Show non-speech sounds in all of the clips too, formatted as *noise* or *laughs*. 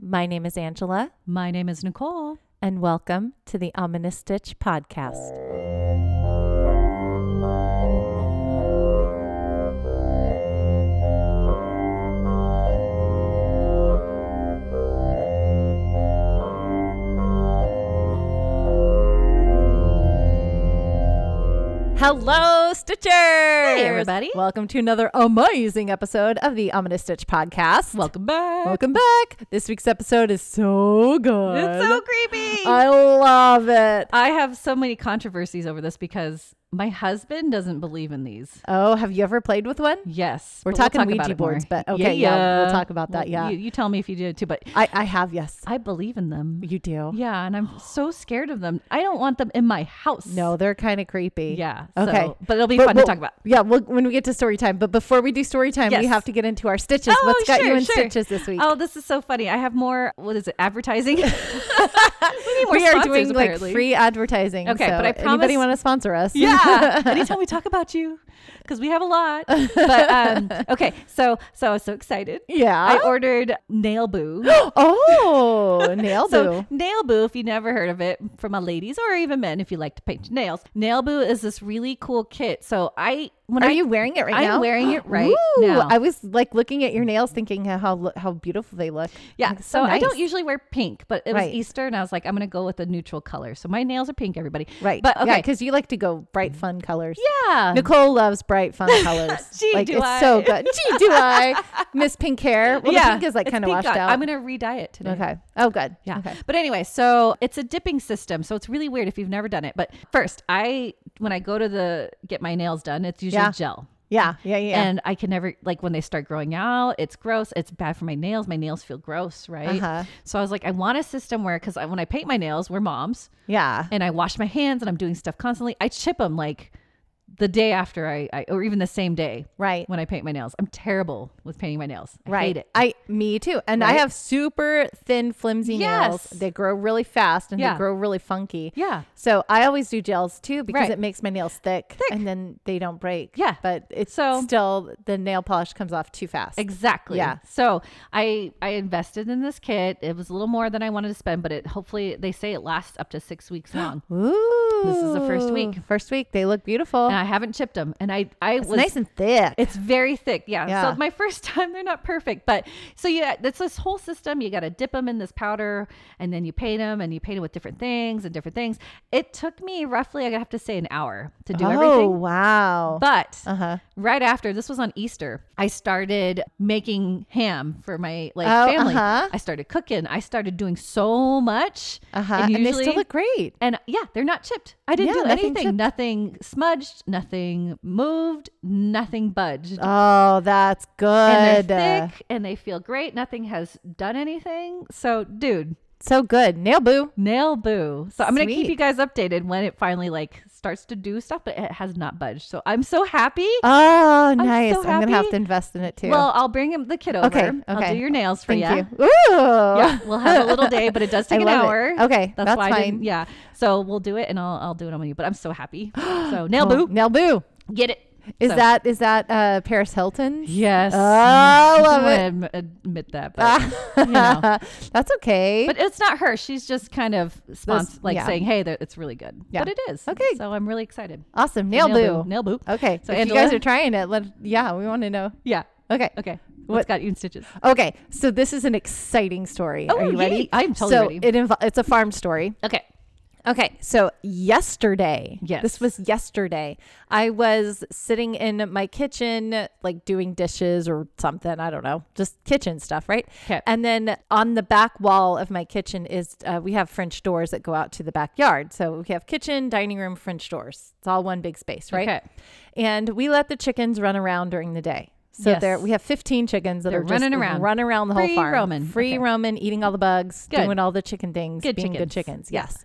My name is Angela, My name is Nicole. and welcome to the Ominous Stitch podcast. Hello, Stitchers! Hey, everybody. Welcome to another amazing episode of the Ominous Stitch podcast. Welcome back. Welcome back. This week's episode is so good. It's so creepy. I love it. I have so many controversies over this because my husband doesn't believe in these. Oh, have you ever played with one? Yes. We're but talking we'll talk Ouija about it boards, more. but okay, yeah, we'll talk about that, yeah. You, you tell me if you do too, but I, I have, yes. I believe in them. You do. Yeah, and I'm so scared of them. I don't want them in my house. No, they're kind of creepy. Yeah. Okay. so- but it'll be fun to we'll- talk about. Yeah, we'll, when we get to story time. But before we do story time, we Yes. have to get into our stitches. What's got you in stitches this week? Oh, this is so funny. I have more. What is it? *laughs* Advertising. *laughs* we need more we are sponsors, doing apparently. like free advertising. Okay, so but I anybody promise- want to sponsor us? *laughs* *laughs* Yeah. Anytime we talk about you, because we have a lot. But um, okay, so so I was so excited. yeah. I ordered Nail Boo. *gasps* oh, nail *laughs* So boo. Nail Boo, if you never heard of it, for my ladies or even men, if you like to paint your nails, Nail Boo is this really cool kit. So I when Are I, you wearing it right I'm now? *gasps* wearing it right Ooh, now. I was like looking at your nails, thinking how how, lo- how beautiful they look. yeah, Like, so, I don't nice. usually wear pink, but it was Right. Easter, and I was like, I'm gonna go with a neutral color. So my nails are pink, everybody. right, But okay, because you like to go bright, fun colors. yeah. Nicole loves bright, *laughs* fun colors. Gee, like do it's I. so good. Gee, do *laughs* I miss pink hair? Well, the pink is like it's kind of pink washed dye. out. I'm gonna re-dye it today. okay. Oh, good. Yeah. Okay. But anyway, so it's a dipping system. So it's really weird if you've never done it. But first, I when I go to the get my nails done, it's usually Yeah. gel. Yeah. Yeah. Yeah. And I can never like when they start growing out, it's gross. It's bad for my nails. My nails feel gross, right? Uh-huh. So I was like, I want a system where because when I paint my nails, we're moms, yeah. and I wash my hands and I'm doing stuff constantly. I chip them like the day after I, I or even the same day Right. when I paint my nails. I'm terrible with painting my nails. I Right. hate it. I me too. And I Right? have super thin, flimsy nails. Yes. They grow really fast and Yeah. they grow really funky. Yeah. So I always do gels too because Right. it makes my nails thick, and then they don't break. Yeah. But it's So- still the nail polish comes off too fast. Exactly. Yeah. So I I invested in this kit. It was a little more than I wanted to spend, but it hopefully they say it lasts up to *gasps* six weeks long. Ooh. is the first week. First week. They look beautiful. and I haven't chipped them. And I I Oh. it's was nice and thick. It's very thick. Yeah. Yeah. So my first *laughs* time, they're not perfect, but so yeah, that's this whole system. You got to dip them in this powder, and then you paint them, and you paint them with different things and different things. It took me roughly, I have to say, an hour to do oh everything. wow. But Uh huh. right after this was on Easter, I started making ham for my like Oh, family. uh-huh. I started cooking. I started doing so much. Uh huh. And, they still usually- look great. and yeah, they're not chipped. I didn't Yeah, do nothing anything. chipped. Nothing smudged, nothing moved, nothing budged. Oh, that's good. and they're Uh, thick and they feel great. Nothing has done anything. So, dude, So good. Nail boo. nail boo. So I'm going to keep Sweet. you guys updated when it finally like starts to do stuff, but it has not budged. So I'm so happy. Oh, nice. I'm, gonna have happy. to invest in it too. Well, I'll bring him the kid over. Okay, I'll okay. do your nails for Thank ya. you. Ooh. Yeah, we'll have a little day, but it does *laughs* I take an love it. hour. Okay, that's, that's why I didn't- fine. Yeah, so we'll do it, and I'll I'll do it on you. But I'm so happy. *gasps* So nail Cool. boo, Nail boo. get it. Is So- that is that uh, Paris Hilton? Yes. Oh, I I love don't it. Ah. want to admit that, but *laughs* you know. *laughs* That's okay. But it's not her. She's just kind of spons- like yeah. saying, "Hey, there- it's really good." Yeah. But it is Okay. So I'm really excited. awesome. Nail, boo. Oh. Nail boo. Okay. So if you guys Angela- are trying it, let yeah, we want to know. Yeah. Okay. Okay. What's got you in stitches? Okay. So this is an exciting story. Oh, are you yay. ready? I'm totally so ready. it invo- it's a farm story. Okay. Okay, so yesterday, Yes. this was yesterday. I was sitting in my kitchen, like doing dishes or something. I don't know, just kitchen stuff, right? 'Kay. And then on the back wall of my kitchen is uh, we have French doors that go out to the backyard. So we have kitchen, dining room, French doors. It's all one big space, right? Okay. And we let the chickens run around during the day. So Yes. there we have 15 chickens that They're are just running around. run around the whole Free farm, roaming. free Okay. roaming, eating all the bugs, Good. doing all the chicken things, Good being good chickens. chickens. Yes.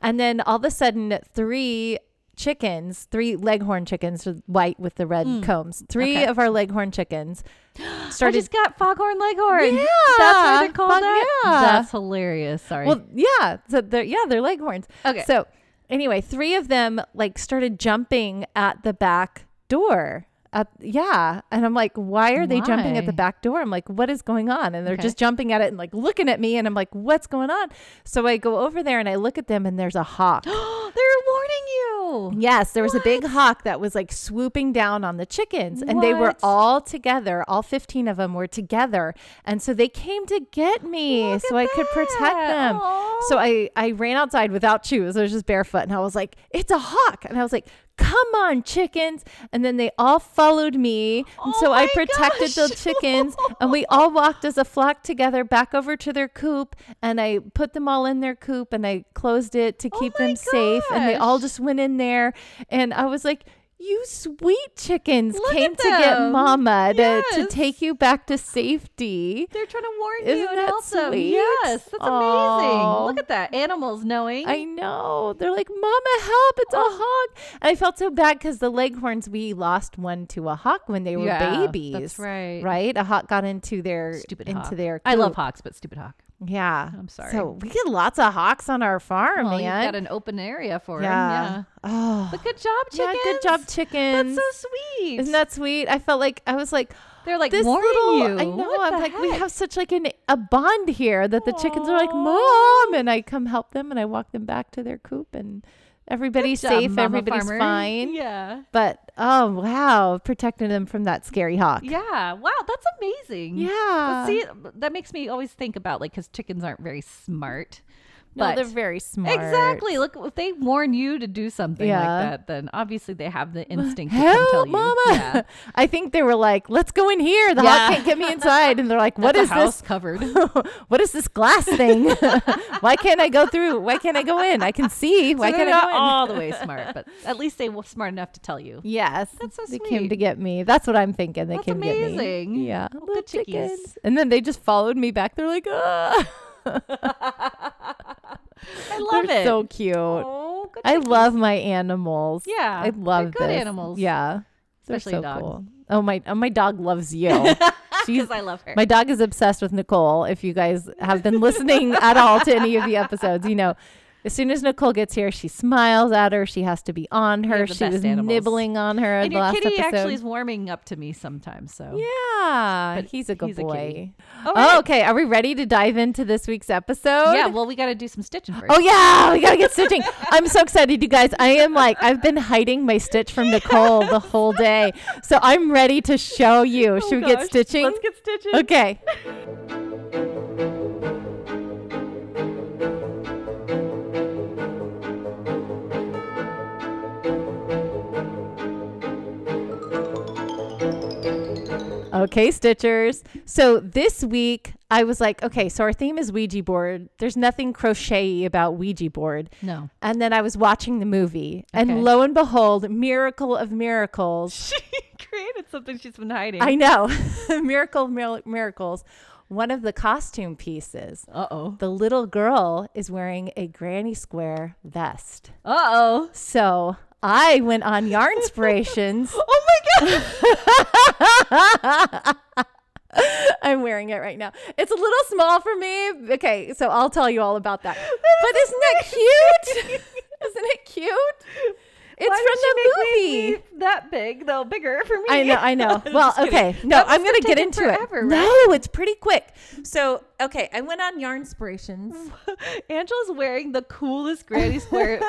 And then all of a sudden, three chickens, three leghorn chickens, with white with the red combs, three Mm. Okay. of our leghorn chickens *gasps* I started. just got foghorn leghorn. Yeah. That's what they're called Fog- that. yeah. That's hilarious. Sorry. well, yeah. So they're yeah they're leghorns. Okay. So anyway, three of them like started jumping at the back door At, yeah. And I'm like, why are they jumping at the Why? back door? I'm like, what is going on? And they're Okay. just jumping at it and like looking at me. And I'm like, what's going on? So I go over there and I look at them and there's a hawk. *gasps* They're warning you. Yes, there was a big hawk that was like swooping down on the chickens, and they were What? all together. All 15 of them were together. And so they came to get me Look so at I could protect that. them. Aw. So I, I ran outside without shoes. I was just barefoot, and I was like, it's a hawk. And I was like, come on, chickens. And then they all followed me. And Oh so I my protected the gosh. *laughs* chickens, and we all walked as a flock together back over to their coop. And I put them all in their coop and I closed it to keep Oh my them safe. And they all gosh. just went in there and I was like, you sweet chickens Look came at to get them. mama to, to Yes. take you back to safety. They're trying to warn Isn't you and that help them. sweet? Yes, that's Aw. amazing. Look at that. Animals knowing. I know. They're like, Mama, help. It's a Oh. hawk. And I felt so bad because the leghorns, we lost one to a hawk when they were Yeah, that's babies. right. Right? A hawk got into their stupid into hawk. their I love coop. hawks, but stupid hawk. Yeah. I'm sorry. So we get lots of hawks on our farm, Well, man. you've got an open area for 'em, yeah. Oh. Yeah. But good job, Yeah, chickens. good job, chickens. That's so sweet. Isn't that sweet? I felt like I was like, They're like this warning little you. I know I'm What the like we heck? have such like an a bond here that the chickens are like Aw. mom and I come help them and I walk them back to their coop and everybody's Good job, safe Mama everybody's Farmer. fine Yeah. but oh wow protecting them from that scary hawk Yeah. Wow, that's amazing. yeah But See, that makes me always think about like because chickens aren't very smart. no but they're very smart Exactly. Look, if they warn you to do something Yeah. like that, then obviously they have the instinct to come *laughs* tell Help, you. mama! Yeah. *laughs* I think they were like, "Let's go in here." The Yeah. hawk can't get me inside, and they're *laughs* like, "What is That's a this? *laughs* house covered? what is this glass thing? *laughs* Why can't I go through? Why can't I go in? I can *laughs* see. Why So they're can't I not go in?" all *laughs* the *laughs* way smart, but at least they were smart enough to tell you. Yes. That's so They came to sweet. get me. That's what I'm thinking. They That's came to get amazing. me. Yeah. Well, little good chickies. And then they just followed me back. They're like, *laughs* ah. *laughs* I love They're it. so cute. Oh, good I chickens. love my animals. Yeah, I they're love good this. animals. Yeah. They're Especially so dogs. *laughs* cool. Oh my oh, my dog loves you. She's because I love her. my dog is obsessed with Nicole. If you guys have been *laughs* listening at all to any of the episodes, you know, as soon as Nicole gets here, she smiles at her. She has to be on her. the She best was animals. nibbling on her. and the your last kitty episode. actually is warming up to me sometimes. So Yeah, But he's a good he's a boy. kitty. oh, okay. Are we ready to dive into this week's episode? yeah. Well, we got to do some stitching first. Oh yeah, *laughs* we gotta get stitching. I'm so excited, you guys. I am like I've been hiding my stitch *laughs* from Nicole the whole day, so I'm ready to show you. Should we get stitching? Oh, Let's get stitching. okay. Okay, Stitchers. So this week I was like, okay, so our theme is Ouija board. There's nothing crochet about Ouija board. No. And then I was watching the movie, Okay. and lo and behold, miracle of miracles. *laughs* She created something she's been hiding. I know, *laughs* miracle of mir- miracles. One of the costume pieces, Uh oh. the little girl is wearing a granny square vest. Uh oh. So I went on *laughs* Yarnspirations. Oh my *laughs* god. I'm wearing it right now. It's a little small for me. Okay, so I'll tell you all about *laughs* that. but isn't that cute? isn't it cute? It's Why did from the she make movie. me leave that big, though bigger for me. I know, I know. *laughs* I'm well, just kidding. okay. No, That I'm going to must have get taken into forever, it. right? No, it's pretty quick. So, okay, I went on Yarnspirations. Mm-hmm. *laughs* Angela's wearing the coolest granny *laughs* square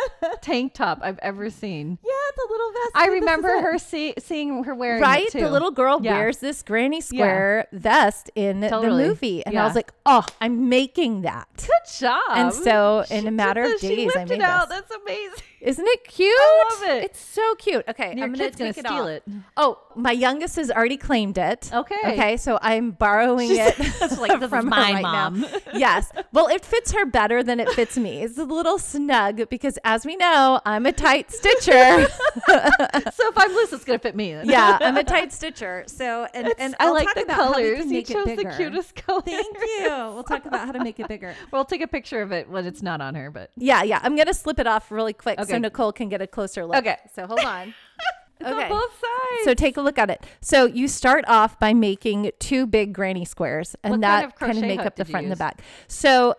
tank top I've ever seen. Yeah, the little vest. I remember her see- seeing her wearing it, Right? too. The little girl Yeah. wears this granny square vest in Totally. the movie. And I Yeah. was like, oh, I'm making that. Good job. And so, in She a matter did of this. She days, I whipped made it out. this. That's amazing. *laughs* Isn't it cute? love it. It's so cute. Okay, Your I'm gonna kid's gonna take steal off. *laughs* it. Oh, my youngest has already claimed it. Okay. Okay, so I'm borrowing *laughs* it. It's *laughs* like, this is from her my right now. mom. *laughs* yes. Well, it fits her better than it fits me. It's a little snug because, as we know, I'm a tight stitcher. *laughs* *laughs* so if I'm loose, it's gonna fit me. In. yeah, I'm a tight stitcher. So, and, *laughs* It's- and I I'll like talk the about How we colors. can You make chose it bigger. the cutest *laughs* color. Thank *laughs* you. We'll talk about how to make it bigger. We'll take a picture of it when it's not on her, but Yeah, yeah. I'm gonna slip it off really quick so Okay. Nicole can get a closer look. Okay. So hold on. *laughs* it's on both sides. So take a look at it. So you start off by making two big granny squares, and What kind that of crochet make hook up the did you front and the use? back. So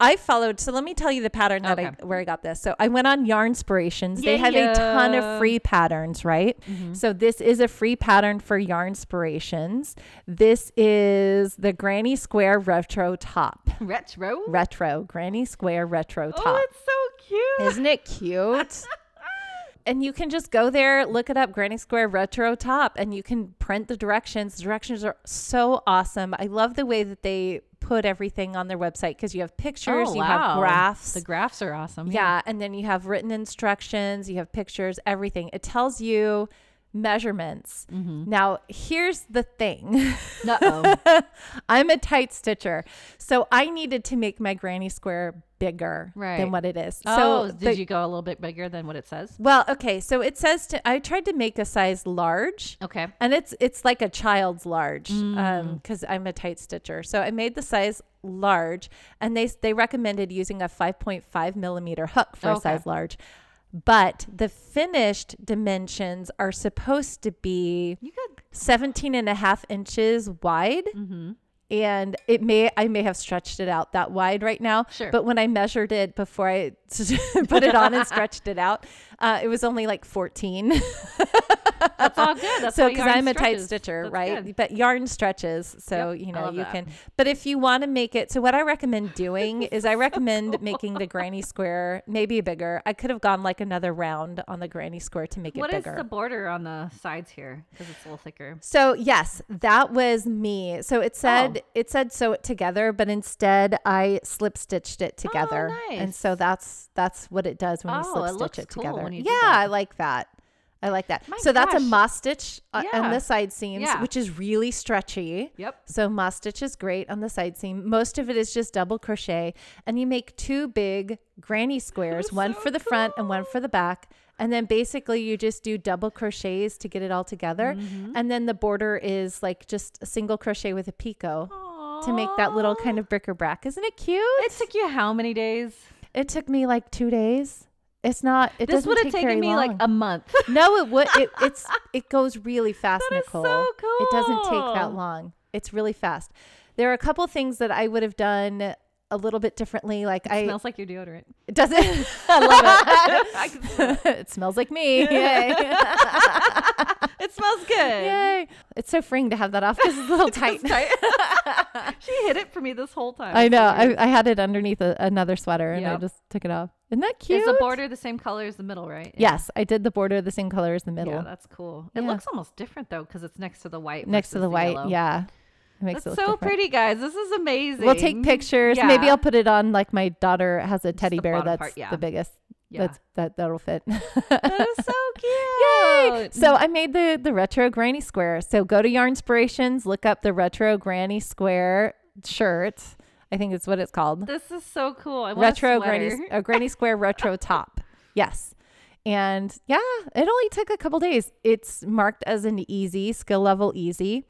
I followed. So let me tell you the pattern that Okay. I where I got this. So I went on Yarnspirations. Yeah, they have yeah. Mm-hmm. a ton of free patterns, right? So this is a free pattern for Yarnspirations. This is the Granny Square retro top. Retro. Retro Granny Square retro top. Oh, it's so cute. Isn't it *laughs* cute? and you can just go there, look it up, Granny Square Retro Top, and you can print the directions. The directions are so awesome. I love the way that they put everything on their website because you have pictures, Oh, you wow. have graphs. The graphs are awesome. yeah, and then you have written instructions, you have pictures, everything. It tells you measurements. Mm-hmm. Now, here's the thing. *laughs* *laughs* Uh-oh. I'm a tight stitcher. So I needed to make my granny square bigger Right. than what it is. oh, so did the- you go a little bit bigger than what it says? well, okay, so it says to I tried to make a size large. Okay. Mm. And it's it's like a child's large Um cuz I'm a tight stitcher. So I made the size large and they they recommended using a 5.5 millimeter hook for Okay. a size large. But the finished dimensions are supposed to be *laughs* You could. 17 and a half inches wide Mm-hmm. and it may i may have stretched it out that wide right now Sure. but when i measured it before i *laughs* put it on and *laughs* stretched it out uh, it was only like 14 *laughs* That's all good. That's so how because yarn i'm a tight stretches. stitcher That's right good. but yarn stretches so Yep, you I know love you that. can but if you want to make it so what i *laughs* recommend doing is i recommend making the granny square maybe bigger i could have gone like another round on the granny square to make What it is bigger the border on the sides here? Because it's a little thicker. So yes, that was me. So Oh. it said it said sew it together, but instead I slip stitched it together. And Oh, nice. so that's that's what it does when you Oh, slip it stitch looks it cool together. when you do yeah, that. I like that. I like that. My so that's gosh. a moss stitch uh, Yeah. on the side seams, Yeah. which is really stretchy. Yep. So moss stitch is great on the side seam. Most of it is just double crochet, and you make two big granny squares, one so for the front and one for the back. And then basically you just do double crochets to get it all together. Mm-hmm. And then the border is like just a single crochet with a picot to make that little kind of bric-a-brac. Isn't it cute? It took you how many days? It took me like two days. It's not. It This doesn't would have take very taken me like long. a month. no, it would. It, it's it goes really fast, *laughs* That is Nicole. so It doesn't take cool. that long. It's really fast. There are a couple things that I would have done a little bit differently. Like I Smells like your deodorant. it *laughs* *laughs* doesn't. I love *laughs* it. it smells like me. *laughs* Yay! It smells good. Yay! It's so freeing to have that off because it's a little tight. she hid it for me this whole *laughs* time. I It's know. so weird. I, I had it underneath a, another sweater and Yep. I just took it off. Isn't that cute? Is the border the same color as the middle, right? Yes, I did the border the same color as the middle Yeah, that's cool. It Yeah. looks almost different though, because it's next to the white. next to versus the white. yellow. Yeah. It makes it That's so look different. pretty, guys. This is amazing. We'll take pictures. Maybe Yeah. I'll put it on like my daughter has a teddy the bear bottom that's part, yeah. the biggest. Yeah. That's that that'll fit. that *laughs* is so cute. Yay! So I made the the retro granny square. So go to Yarnspirations, look up the retro granny square shirt. I think that's what it's called. This is so cool. I want Retro a sweater. granny a granny square *laughs* retro top. Yes. And yeah, it only took a couple days. It's marked as an easy, skill level easy.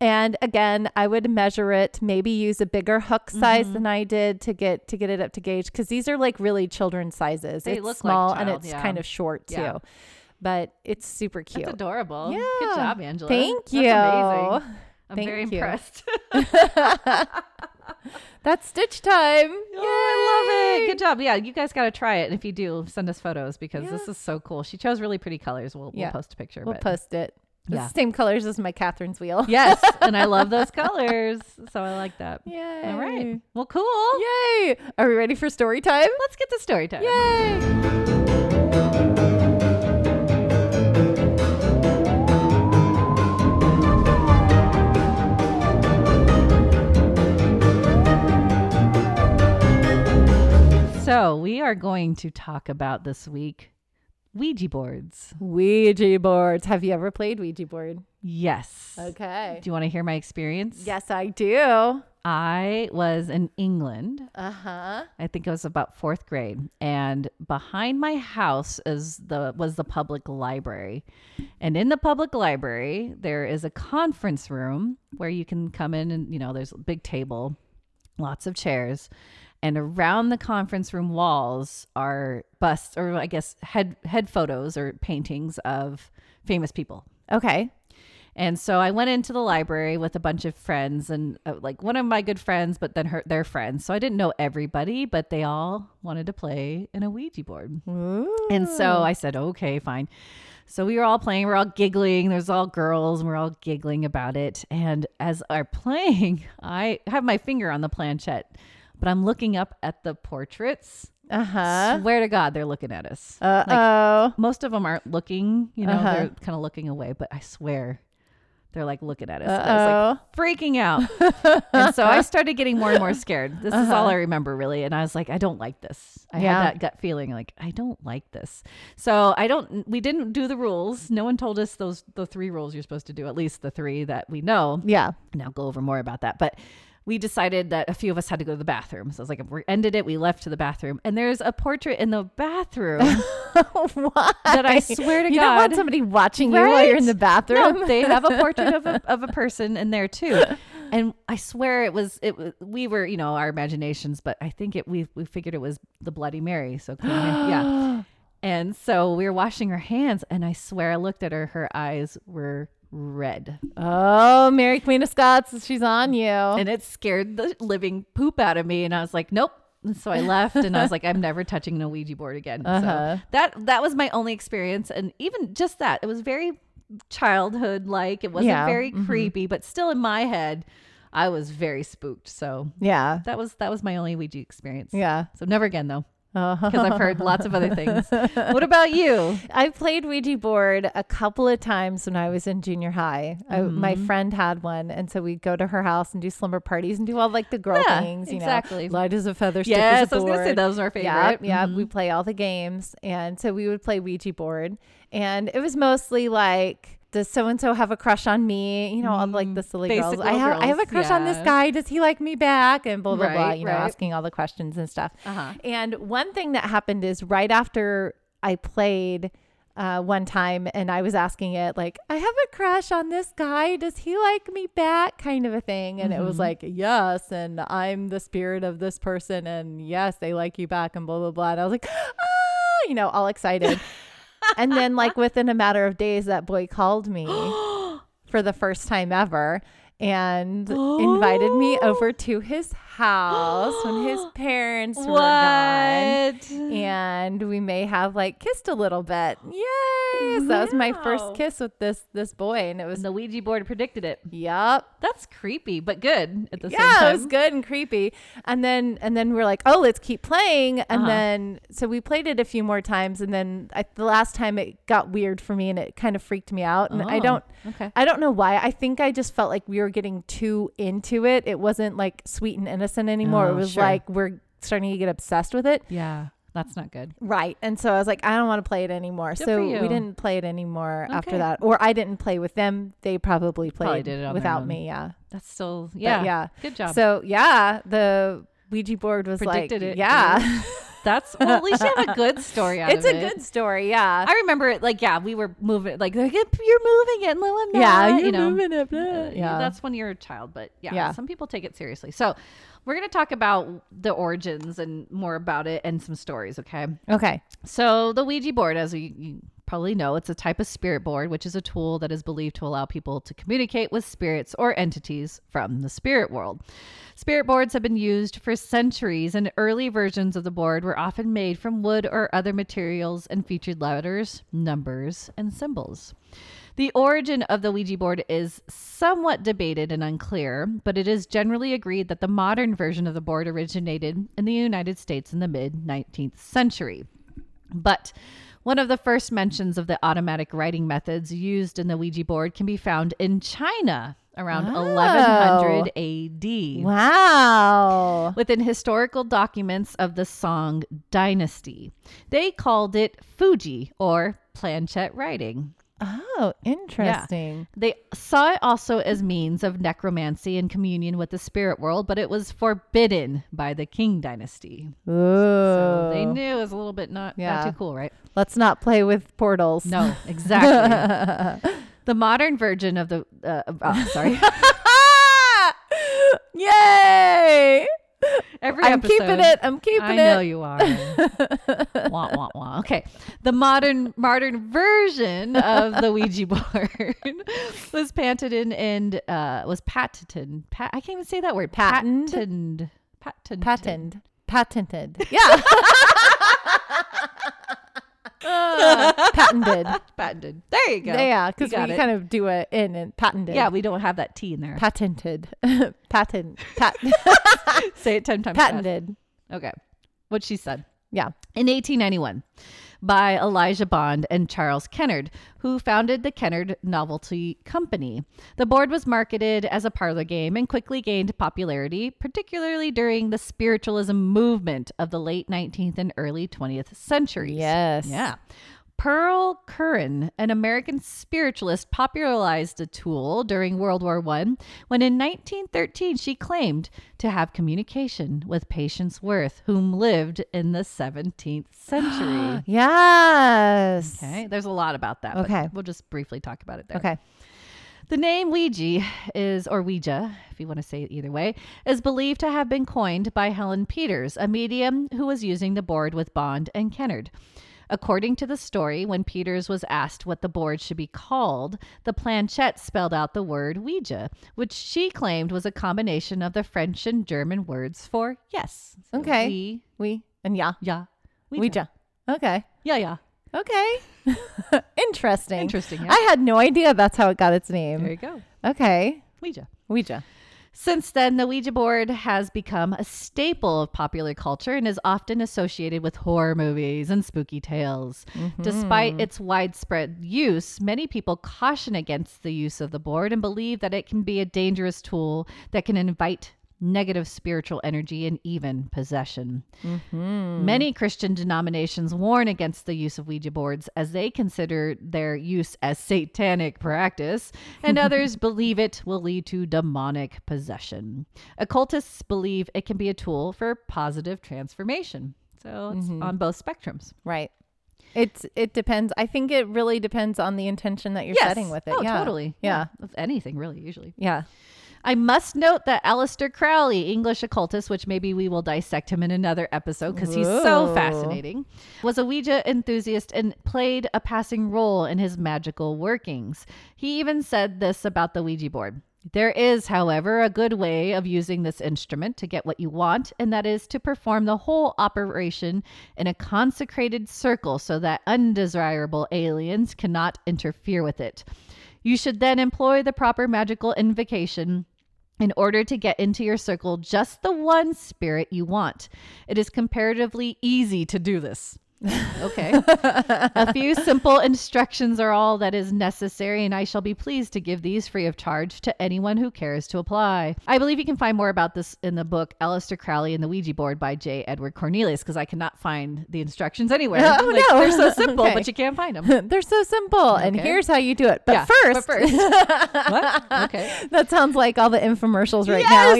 And again, I would measure it, maybe use a bigger hook size Mm-hmm. than I did to get to get it up to gauge because these are like really children's sizes. They it's look like small and child, it's yeah. kind of short too. Yeah. But it's super cute. That's adorable. Yeah. Good job, Angela. Thank That's you. amazing. I'm Thank very you. impressed. That's stitch time. Oh, I love Yay! it. Good job. Yeah, you guys got to try it. And if you do, send us photos because this is so cool. She chose really pretty colors. We'll, Yeah. we'll post a picture. We'll but- post it. It's Yeah. the same colors as my Catherine's wheel. Yes. *laughs* and I love those colors. So I like that. Yay. All right. Well, cool. Yay. Are we ready for story time? Let's get to story time. Yay. So we are going to talk about this week Ouija boards. Ouija boards. Have you ever played Ouija board? Yes. Okay. Do you want to hear my experience? Yes, I do. I was in England. Uh huh. I think it was about fourth grade, and behind my house is the was the public library, and in the public library there is a conference room where you can come in and you know there's a big table, lots of chairs, and around the conference room walls are busts or I guess head head photos or paintings of famous people. Okay. And so I went into the library with a bunch of friends and uh, like one of my good friends, but then her their friends. So I didn't know everybody, but they all wanted to play in a Ouija board. And so I said, okay, fine. So we were all playing, we're all giggling. There's all girls, and we're all giggling about it. And as are *laughs* playing, I have my finger on the planchette, but I'm looking up at the portraits. Uh huh. Swear to God, they're looking at us. Uh oh. Most of them aren't looking, you know, Uh-huh. they're kind of looking away, but I swear they're like looking at us. And I Uh was like *laughs* freaking out. and so I started getting more and more scared. This is all I remember really. And I was like, I don't like this. I Uh-huh. Yeah. had that gut feeling like, I don't like this. So I don't, we didn't do the rules. No one told us those, the three rules you're supposed to do, at least the three that we know. *laughs* Yeah. And I'll go over more about that. But we decided that a few of us had to go to the bathroom. So I was like, we ended it. We left to the bathroom. And there's a portrait in the *laughs* bathroom Why? that I swear to you God. don't want somebody watching you while you're in Right? the bathroom. No, they have a portrait of a, of a person in there too. And I swear it was it was- we were you know our imaginations, but I think it we we figured it was the Bloody Mary. So Queen Mary- yeah, and so we were washing her hands, and I swear I looked at her. Her eyes were red, Oh, Mary Queen of Scots, she's on you. *laughs* and it scared the living poop out of me. And I was like, nope. And so I left, and I was like, I'm never touching an Ouija board again. Uh-huh. So that that was my only experience, and even just that, it was very childhood like. It wasn't Yeah, mm-hmm. very creepy, but still in my head, I was very spooked. So yeah. that was that was my only Ouija experience. Yeah. So never again though, Uh-huh. because I've heard lots of *laughs* other things. What about you? I played Ouija board a couple of times when I was in junior high. I, my Mm-hmm. friend had one, and so we'd go to her house and do slumber parties and do all like the girl Yeah, things, you exactly. know, light as a feather, stiff as Yes, a I was gonna say board. that was our Yeah, favorite. Mm-hmm. yeah. We play all the games, and so we would play Ouija board, and it was mostly like. Does so and so have a crush on me? You know, all like the silly Mm, Basic girls. I little have, I have a girls, crush on this yeah. guy. Does he like me back? And blah blah blah. Right, You know, right. asking all the questions and stuff. *gasps* Uh-huh. And one thing that happened is right after I played uh, one time and I was asking it, like, I have a crush on this guy. Does he like me back? Kind of a thing. And it was like, yes. And I'm the spirit of this person. And yes, they like you back and blah, blah, blah. And I was like, ah, you know, all excited. and then, like, within a matter of days, that boy called me *gasps* for the first time ever and invited me Oh. over to his house when *gasps* his parents were gone. What? And we may have like kissed a little bit. Yay! So that was my Wow. first kiss with this this boy, and it was The Ouija board predicted it. yup. That's creepy, but good at the same Yeah, time. it was good and creepy. And then and then we're like, oh, let's keep playing. And then so we played it a few more times, and then I, the last time it got weird for me, and it kind of freaked me out. And I Oh, don't, okay. I don't know why. I think I just felt like we were getting too into it. It wasn't like sweet and innocent anymore. Oh, it was sure. like we're starting to get obsessed with it. Yeah, that's not good. Right. And so I was like, I don't want to play it anymore. for so you. we didn't play it anymore after Okay. that. Or I didn't play with them. They probably played did it on their without own. me. Yeah. That's still But yeah yeah. Good job. So yeah, the Ouija board was Predicted like, it. yeah, *laughs* that's well, at least you have a good story. Out it's of a it. good story. Yeah, I remember it like yeah, we were moving like, like, "Yep, you're moving it, no, I'm not. yeah, you know. it. blah. Uh, yeah, that's when you're a child, but yeah, Yeah. some people take it seriously. So we're gonna talk about the origins and more about it and some stories. Okay. okay. So the Ouija board, as you, you probably know, it's a type of spirit board, which is a tool that is believed to allow people to communicate with spirits or entities from the spirit world. Spirit boards have been used for centuries, and early versions of the board were often made from wood or other materials and featured letters, numbers, and symbols. The origin of the Ouija board is somewhat debated and unclear, but it is generally agreed that the modern version of the board originated in the United States in the mid 19th century. But one of the first mentions of the automatic writing methods used in the Ouija board can be found in China around 1100 AD *laughs* Wow. within historical documents of the Song dynasty. They called it Fuji or planchette writing. Oh, interesting. They saw it also as means of necromancy and communion with the spirit world, but it was forbidden by the Qing dynasty. So Ooh. they knew it was a little bit not, Oh. Yeah. not too cool, right? Let's not play with portals. *laughs* No, *laughs* exactly. *laughs* the modern version of the uh, oh, sorry. *laughs* Yay! *laughs* Every I'm episode. keeping it. I'm keeping I it. know you are. *laughs* wah, wah, wah. Okay. The modern modern version of the Ouija board *laughs* was patented in and uh, was patented. Pat, I can't even say that word. Patented? Patented. Patented. Patented. *laughs* Patented. Yeah. *laughs* Ah. patented. Patented. There you go. Yeah, You because we got it. kind of do it in and patented. yeah, we don't have that T in there. Patented. *laughs* Patent. *laughs* Pat- *laughs* say it 10 times fast. patented. Okay. What she said. Yeah. In 1891, by Elijah Bond and Charles Kennard, who founded the Kennard Novelty Company. The board was marketed as a parlor game and quickly gained popularity, particularly during the spiritualism movement of the late 19th and early 20th centuries. Yes. Yeah. Pearl Curran, an American spiritualist, popularized the tool during World War I when in 1913 she claimed to have communication with Patience Worth, whom lived in the 17th *gasps* century. Yes. okay, there's a lot about that. but Okay. We'll just briefly talk about it there. Okay. The name Ouija is, or Ouija, if you want to say it either way, is believed to have been coined by Helen Peters, a medium who was using the board with Bond and Kennard. According to the story, when Peters was asked what the board should be called, the planchette spelled out the word Ouija, which she claimed was a combination of the French and German words for yes. So Okay. We, We and yeah. yeah. We Ouija. Okay. Yeah, yeah. Okay. *laughs* Interesting. Interesting, yeah. I had no idea that's how it got its There name. you go. Okay. Ouija. Ouija. Since then, the Ouija board has become a staple of popular culture and is often associated with horror movies and spooky tales. Despite its widespread use, many people caution against the use of the board and believe that it can be a dangerous tool that can invite negative spiritual energy and even possession. Hmm. Many Christian denominations warn against the use of Ouija boards as they consider their use as satanic practice, *laughs* and others believe it will lead to demonic possession. Occultists believe it can be a tool for positive transformation. So it's Mm-hmm. on both spectrums. Right. It's it depends. I think it really depends on the intention that you're setting with it. Oh, yeah. totally. Yeah. Of anything, really, usually. Yeah. I must note that Aleister Crowley, English occultist, which maybe we will dissect him in another episode because he's so Whoa. fascinating, was a Ouija enthusiast and played a passing role in his magical workings. He even said this about the Ouija board. There is, however, a good way of using this instrument to get what you want, and that is to perform the whole operation in a consecrated circle so that undesirable aliens cannot interfere with it. You should then employ the proper magical invocation in order to get into your circle just the one spirit you want. It is comparatively easy to do this. Okay. a few simple instructions are all that is necessary, and I shall be pleased to give these free of charge to anyone who cares to apply. I believe you can find more about this in the book Aleister Crowley and the Ouija Board by J. Edward Cornelius because I cannot find the instructions anywhere. Oh, Like, no. *laughs* They're so simple, Okay. but you can't find them. *laughs* They're so simple. And Okay. here's how you do it. But Yeah, but first, *laughs* first. what? Okay. that sounds like all the infomercials right now. yes,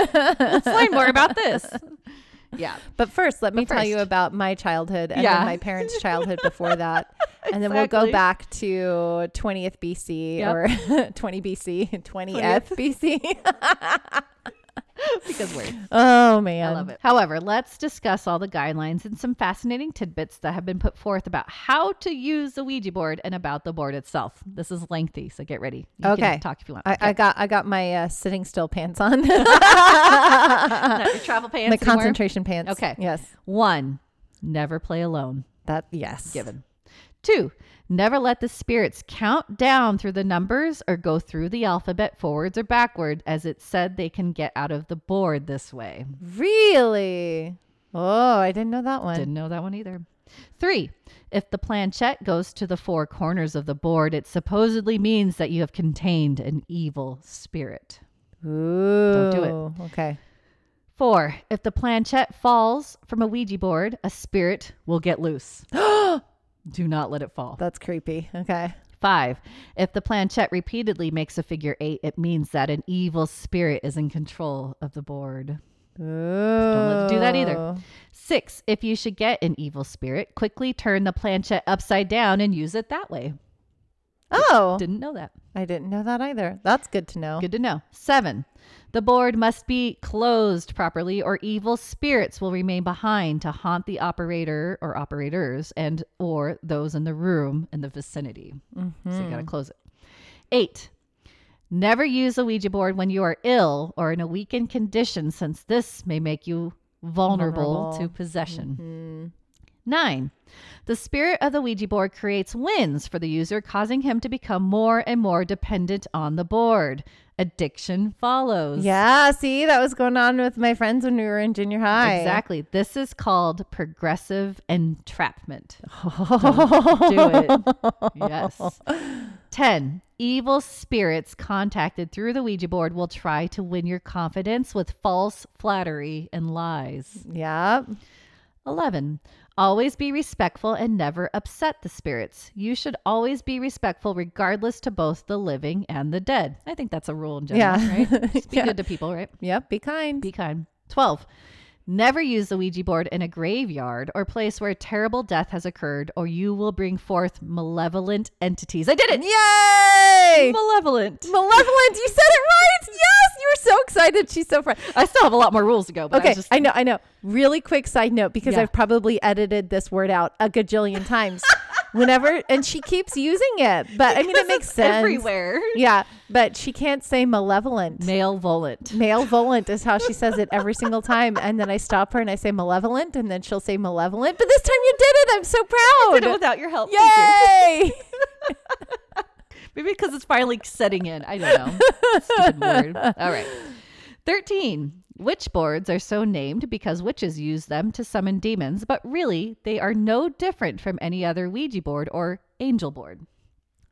Yes. *laughs* right? Let's learn more about this. *laughs* Yeah. *laughs* But first, let me tell you first. about my childhood and Yeah. then my parents' childhood before that. *laughs* And then we'll go Exactly. back to 20th BC Yep. or *laughs* 20 BC, 20th BC. Because we're *laughs* oh, man. I love it. However, let's discuss all the guidelines and some fascinating tidbits that have been put forth about how to use the Ouija board and about the board itself. This is lengthy, so get ready. You Okay. can talk if you want. I, I got I got my uh, sitting still pants on, *laughs* Not your *laughs* travel pants. my anymore. concentration pants. Okay. Yes. One, never play alone. That yes. Given. Two, never let the spirits count down through the numbers or go through the alphabet forwards or backward, as it said they can get out of the board this way. Really? Oh, I didn't know that one. Didn't know that one either. Three, if the planchette goes to the four corners of the board, it supposedly means that you have contained an evil spirit. Ooh. do it. Okay. Four, if the planchette falls from a Ouija board, a spirit will get loose. *gasps* Do not let it fall. That's creepy. Okay. Five, if the planchette repeatedly makes a figure eight, it means that an evil spirit is in control of the board. Ooh. Don't let it do that either. Six, if you should get an evil spirit, quickly turn the planchette upside down and use it that way. Oh, Didn't know that. I didn't know that either. That's good to know. Good to know. Seven, the board must be closed properly or evil spirits will remain behind to haunt the operator or operators and or those in the room in the vicinity. So you Mm-hmm. gotta close it. Eight, never use a Ouija board when you are ill or in a weakened condition since this may make you vulnerable, Vulnerable. Mm-hmm. to possession. Nine, the spirit of the Ouija board creates wins for the user, causing him to become more and more dependent on the board. Addiction follows. Yeah, see, that was going on with my friends when we were in junior high. Exactly. This is called progressive entrapment. Do Exactly. it. yes. 10. Evil spirits contacted through the Ouija board will try to win your confidence with false flattery and lies. yep. 11. Always be respectful and never upset the spirits. You should always be respectful, regardless to both the living and the dead. I think that's a rule in general, Yeah. *laughs* right? Just be Yeah. good to people, right? Yep. Be kind. Be kind. 12. Never use the Ouija board in a graveyard or place where terrible death has occurred, or you will bring forth malevolent entities. I did it! Yay! Malevolent. Malevolent, you said it right. Yes, you were so excited. She's so fun. I still have a lot more rules to go, but I Okay, was just I know, I know. Really quick side note because Yeah. I've probably edited this word out a gajillion times. Whenever, and she keeps using it, but I mean, it *laughs* makes sense. everywhere. Yeah, but she can't say malevolent. Male volant. Malevolent is how she says it every single time. And then I stop her and I say malevolent, and then she'll say malevolent. But this time you did it. I'm so proud. Without your help. Thank you. *laughs* Yay! Maybe because it's finally setting in. I don't know. Stupid word. All right. 13. Witch boards are so named because witches use them to summon demons, but really, they are no different from any other Ouija board or angel board. *laughs*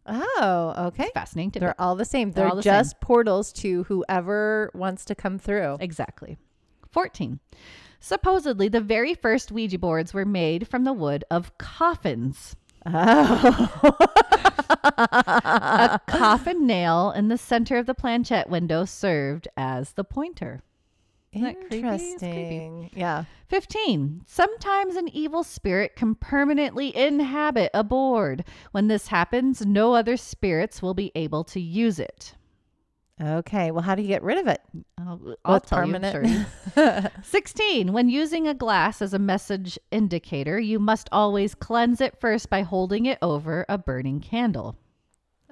Oh, okay. Fascinating to They're all the same. They're, all the just portals to whoever wants to come through. Exactly. 14. Supposedly, the very first Ouija boards were made from the wood of coffins. Oh, A coffin nail in the center of the planchette window served as the pointer. Isn't that creepy? It's creepy. Interesting. Yeah. 15. Sometimes an evil spirit can permanently inhabit a board. When this happens, no other spirits will be able to use it. Okay. Well, how do you get rid of it? I'll, I'll Well, it's tell permanent. you. *laughs* I'm sure. 16. When using a glass as a message indicator, you must always cleanse it first by holding it over a burning candle.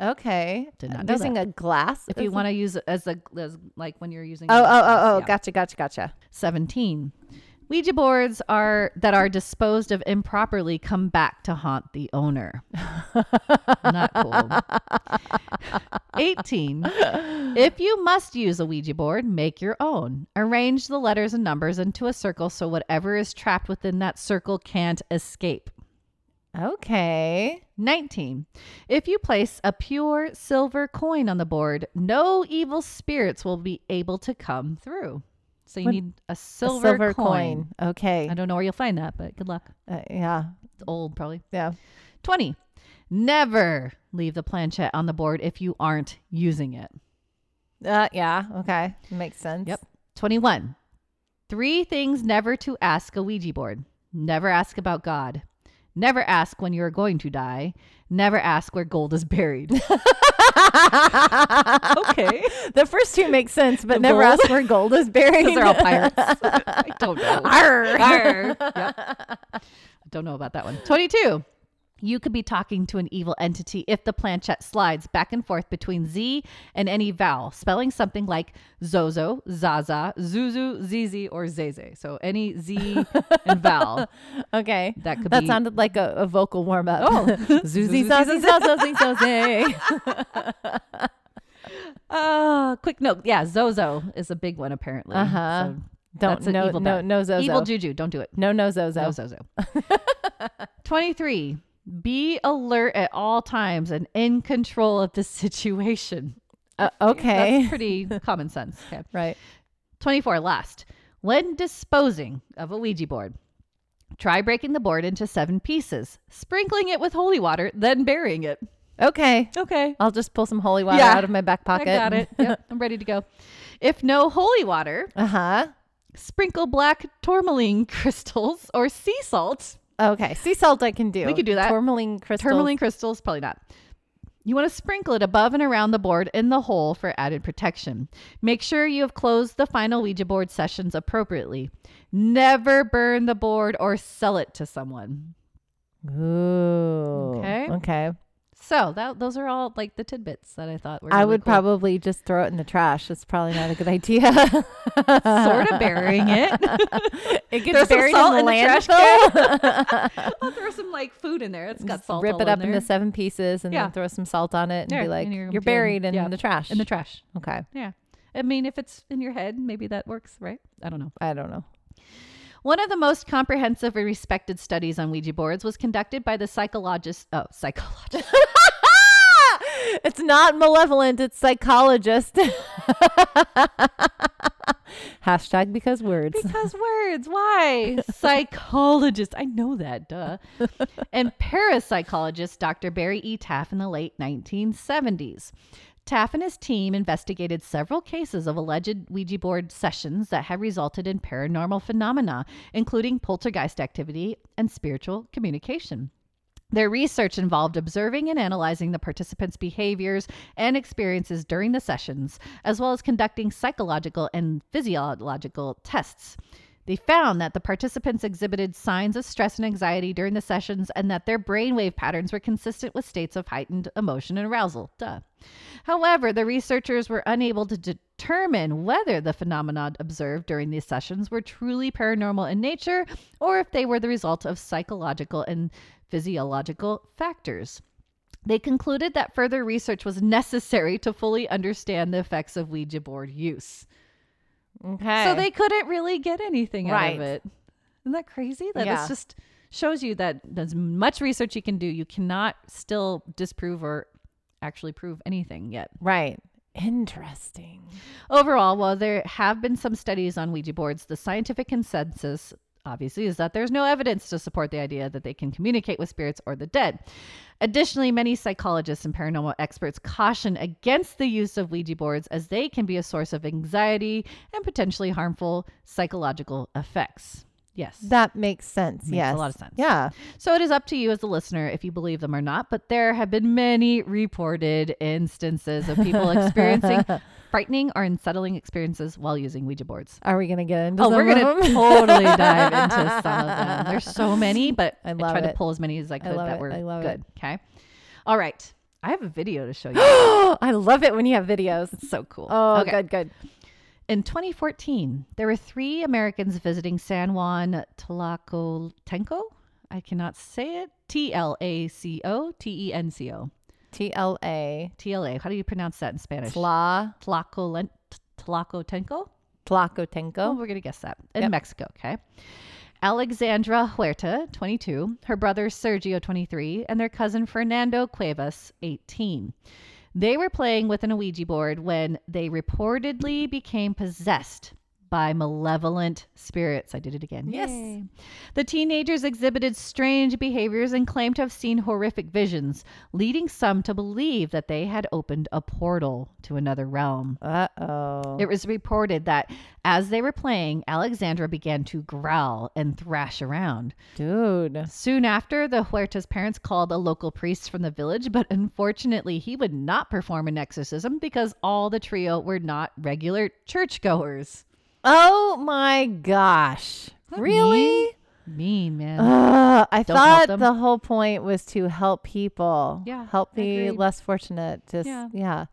Okay. Did not know Using a glass. If you want to use it as a as like when you're using Oh, a oh, glass, oh, oh. yeah. Gotcha, gotcha, gotcha. 17. Ouija boards are that are disposed of improperly come back to haunt the *laughs* owner. Not cool. 18. If you must use a Ouija board, make your own. Arrange the letters and numbers into a circle so whatever is trapped within that circle can't escape. Okay. 19. If you place a pure silver coin on the board, no evil spirits will be able to come through. So you What- need a A silver, coin. Okay. I don't know where you'll find that, but good luck. Uh, yeah. It's old, probably. Yeah. 20. Never leave the planchette on the board if you aren't using it. Uh, yeah. Okay. Makes sense. Yep. 21. Three things never to ask a Ouija board never ask about God, never ask when you are going to die, never ask where gold is buried. *laughs* *laughs* okay. *laughs* The first two make sense, but The never gold? ask where gold *laughs* is buried. Because they're all pirates. I don't know. Arr. Arr. Yep. I don't know about that one. 22. You could be talking to an evil entity if the planchette slides back and forth between Z and any vowel, spelling something like Zozo, Zaza, Zuzu, Zizi, or Zeze. So any Z and vowel. *laughs* *laughs* Okay. That could that be- sounded like a, a vocal warm up. Oh. Zuzi, Zuzi, zazi, zazi, *laughs* zazi. Oh, quick note. Yeah, Zozo is a big one, apparently. *laughs* Uh-huh. So Don't that's an no evil no bad. no zozo. Evil juju. Don't do it. no no zozo. No Zozo. *laughs* 23. Be alert at all times and in control of the *laughs* situation. Uh, okay. *laughs* *laughs* That's pretty common sense. Okay. right. 24. Last. When disposing of a Ouija board, try breaking the board into seven pieces, sprinkling it with holy water, then burying it. Okay. Okay. I'll just pull some holy water Yeah. out of my back I pocket. *laughs* got it. Yep, *laughs* I'm ready to go. If no holy water, Uh huh. sprinkle black tourmaline *laughs* crystals or sea salt. Okay. Sea salt I can do. We could do that. Tourmaline crystal. Tourmaline crystals, probably not. You want to sprinkle it above and around the board in the hole for added protection. Make sure you have closed the final Ouija board sessions appropriately. Never burn the board or sell it to someone. Ooh. Okay. Okay. So that those are all like the tidbits that I thought were. I really would cool. probably *laughs* just throw it in the trash. It's probably not a *laughs* good idea. sort of *laughs* burying it. It Throw some gets buried salt in in the the trash landfill. *laughs* I'll throw some like food in there. It's got Just salt. rip all it up in into there. seven pieces and Yeah. then throw some salt on it and Yeah, be like, and you're, you're good. buried in Yeah, the trash. in the trash. okay. Yeah. I mean, if it's in your head, maybe that works, right? I don't know. I don't *laughs* know. One of the most comprehensive and respected studies on Ouija boards was conducted by the psychologist. Oh, *laughs* psychologist. It's not malevolent. It's psychologist. *laughs* Hashtag because words. Because words. Why? Psychologist. I know that, duh. and parapsychologist Dr. Barry E. Taff in the late 1970s. Taff and his team investigated several cases of alleged Ouija board sessions that have resulted in paranormal phenomena, including poltergeist activity and spiritual communication. Their research involved observing and analyzing the participants' behaviors and experiences during the sessions, as well as conducting psychological and physiological tests. They found that the participants exhibited signs of stress and anxiety during the sessions and that their brainwave patterns were consistent with states of heightened emotion and arousal. Duh. However, the researchers were unable to determine whether the phenomena observed during these sessions were truly paranormal in nature or if they were the result of psychological and physiological factors. They concluded that further research was necessary to fully understand the effects of Ouija board use. Okay. So they couldn't really get anything out Right. of it. Isn't that crazy? That Yeah. this just shows you that as much research you can do, you cannot still disprove or actually prove anything yet. right. Interesting. Overall, while there have been some studies on Ouija boards, the scientific consensus obviously is that there's no evidence to support the idea that they can communicate with spirits or the dead. Additionally, many psychologists and paranormal experts caution against the use of Ouija boards as they can be a source of anxiety and potentially harmful psychological effects. Yes. That makes sense. a yes. lot of sense. Yeah. So it is up to you as the listener if you believe them or not, but there have been many reported instances of people experiencing frightening or unsettling experiences while using Ouija boards. Are we gonna get into? Oh, we're some of gonna *laughs* them? totally dive *laughs* into some of them. There's so many, but I I, love tried it. to pull as many as I could love that it. were I love good. it. Okay. All right. I have a video to show *gasps* *gasps* you. I love it when you have videos. it's so cool. Oh, Okay. good, good. In 2014, there were three Americans visiting San Juan Tlacotenco. I cannot say it. T L A C O T E N C O. T L A T L A. How do you pronounce that in Spanish? Tla Tlacolen- Tlacotenco? Well, Tlacotenco. we're going to guess that. In Yep. Mexico, okay? Alexandra Huerta, 22, her brother Sergio, 23, and their cousin Fernando Cuevas, 18. They were playing with an Ouija board when they reportedly became possessed by malevolent spirits. I did it again. Yes. Yay. The teenagers exhibited strange behaviors and claimed to have seen horrific visions, leading some to believe that they had opened a portal to another realm. Uh oh. It was reported that as they were playing, Alexandra began to growl and thrash around. Dude. Soon after, the Huerta's parents called a local priest from the village, but unfortunately, he would not perform an exorcism because all the trio were not regular churchgoers. Oh my gosh. Really? Mean, man. Uh-huh. Ugh, I Don't help thought them. the whole point was to help people. Yeah, Help I the agree. less fortunate. Just yeah. Yeah.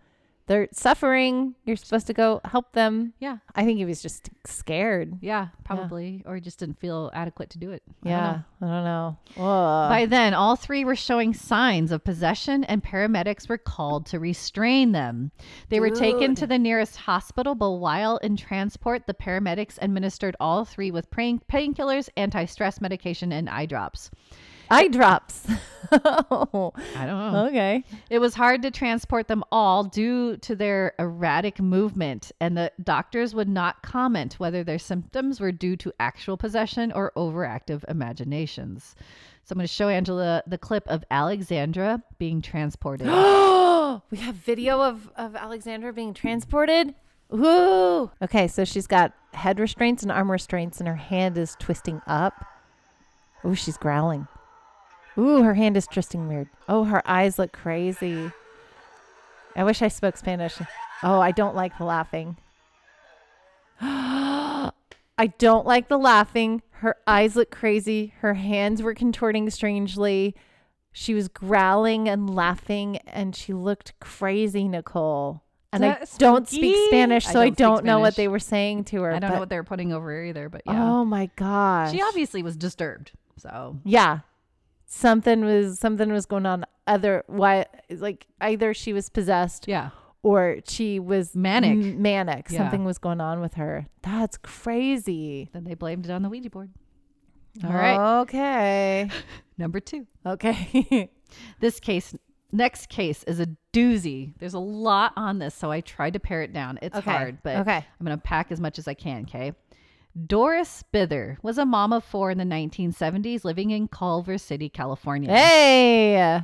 They're suffering. You're supposed to go help them. yeah. I think he was just scared. Yeah, probably. Or just didn't feel adequate to do it. I don't know. Yeah. I don't know. Ugh. By then, all three were showing signs of possession, and paramedics were called to restrain them. They were taken to the nearest hospital, but while in transport, the paramedics administered all three with pain- painkillers, anti stress medication, and eye drops. Eye drops. *laughs* oh, I don't know. okay. It was hard to transport them all due to their erratic movement, and the doctors would not comment whether their symptoms were due to actual possession or overactive imaginations. So I'm going to show Angela the clip of Alexandra being *gasps* *gasps* transported. we have video of, of Alexandra being transported. Woo! Okay, so she's got head restraints and arm restraints, and her hand is twisting up. Ooh, she's growling. Ooh, her hand is twisting weird. Oh, her eyes look crazy. I wish I spoke Spanish. Oh, I don't like the laughing. I don't like the laughing. Her eyes looked crazy. Her hands were contorting strangely. She was growling and laughing, and she looked crazy, Nicole. And I That's don't speak spooky. Spanish, I so I don't speak don't know what Spanish. they were saying to her. I don't but- know what they were putting over her either, but yeah. Oh my gosh. she obviously was disturbed. So Yeah. Something was something was going on other why like either she was possessed yeah. or she was Manic. m- manic. Yeah. Something was going on with her. That's crazy. Then they blamed it on the Ouija board. All right. Okay. Number two. Okay. This case next case is a doozy. There's a lot on this, so I tried to pare it down. It's Okay. hard, but Okay. I'm gonna pack as much as I can, okay? Doris Bither was a mom of four in the 1970s living in Culver City, California. hey.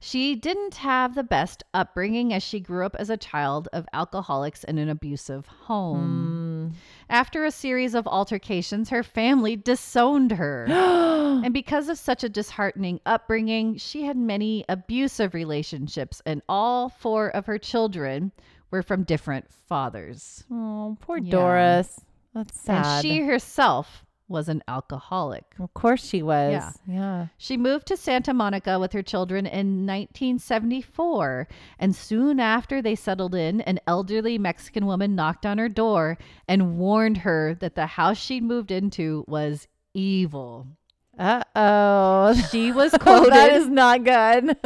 She didn't have the best upbringing as she grew up as a child of alcoholics in an abusive home. After a series of altercations, her family disowned her. and because of such a disheartening upbringing, she had many abusive relationships, and all four of her children were from different fathers. Oh, poor Yeah. Doris. That's sad. And she herself was an alcoholic. of course she was. Yeah. Yeah. She moved to Santa Monica with her children in 1974, and soon after they settled in, an elderly Mexican woman knocked on her door and warned her that the house she'd moved into was evil. *laughs* Uh-oh. She was that quoted is not good.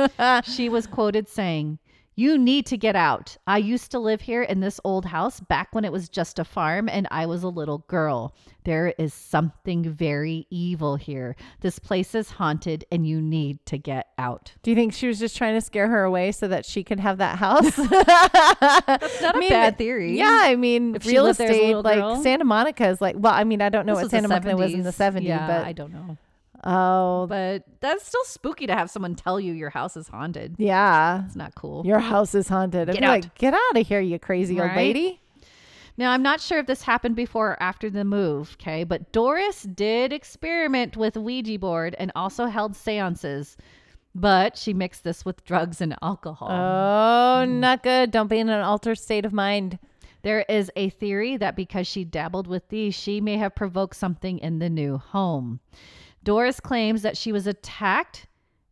she was quoted saying, "You need to get out. I used to live here in this old house back when it was just a farm and I was a little girl. There is something very evil here. This place is haunted and you need to get out." *laughs* Do you think she was just trying to scare her away so that she could have that *laughs* house? That's *laughs* not a bad theory. Yeah, I mean, If she real lived there as a estate, little like girl. Santa Monica is like. Well, I mean, I don't know This what was Santa Monica was in the 70s, Yeah, I but don't know. oh, But that's still spooky to have someone tell you your house is haunted. yeah, It's not cool. your house is haunted. I'd Get be out. like, get out of here, you crazy old Right? lady. Now, I'm not sure if this happened before or after the move, okay, but Doris did experiment with Ouija board and also held seances, but she mixed this with drugs and alcohol. Oh, not good. Don't be in an altered state of mind. there is a theory that because she dabbled with these, she may have provoked something in the new home. Doris claims that she was attacked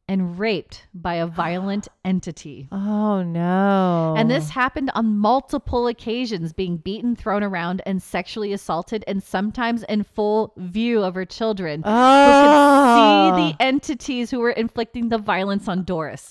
and raped by a *gasps* violent entity. Oh no. And this happened on multiple occasions, being beaten, thrown around, and sexually assaulted, and sometimes in full view of her children. oh. Who could see the entities who were inflicting the violence on Doris.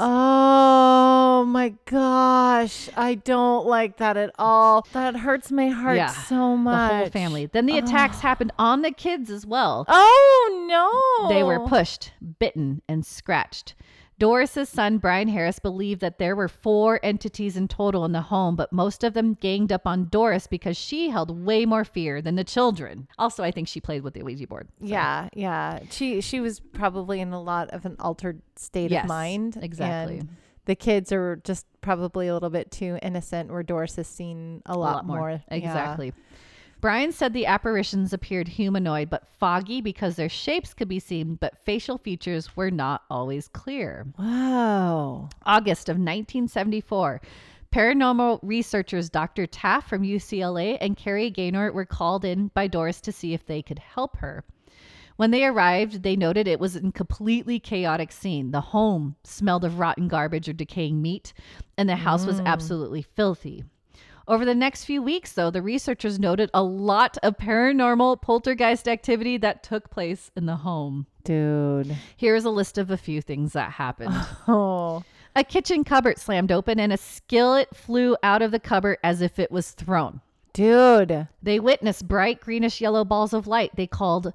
Oh my gosh. I don't like that at all. That hurts my heart Yeah, so the much. Ah. whole family. Then the attacks happened on the kids as well. Oh no. They were pushed, bitten, and scratched. Doris's son, Brian Harris, believed that there were four entities in total in the home, but most of them ganged up on Doris because she held way more fear than the children. Also, I think she played with the Ouija board. Yeah, yeah. She she was probably in a lot of an altered state Yes, of mind. exactly. And the kids are just probably a little bit too innocent where Doris has seen a lot, Yeah. Exactly. Brian said the apparitions appeared humanoid but foggy because their shapes could be seen, but facial features were not always clear. Wow. August of 1974. Paranormal researchers Dr. Taft from UCLA and Carrie Gaynor were called in by Doris to see if they could help her. When they arrived, they noted it was a completely chaotic scene. The home smelled of rotten garbage or decaying meat, and the house was absolutely filthy. Over the next few weeks, though, the researchers noted a lot of paranormal poltergeist activity that took place in the home. Dude. Here is a list of a few things that happened. Oh. A kitchen cupboard slammed open and a skillet flew out of the cupboard as if it was thrown. Dude. They witnessed bright greenish yellow balls of light they called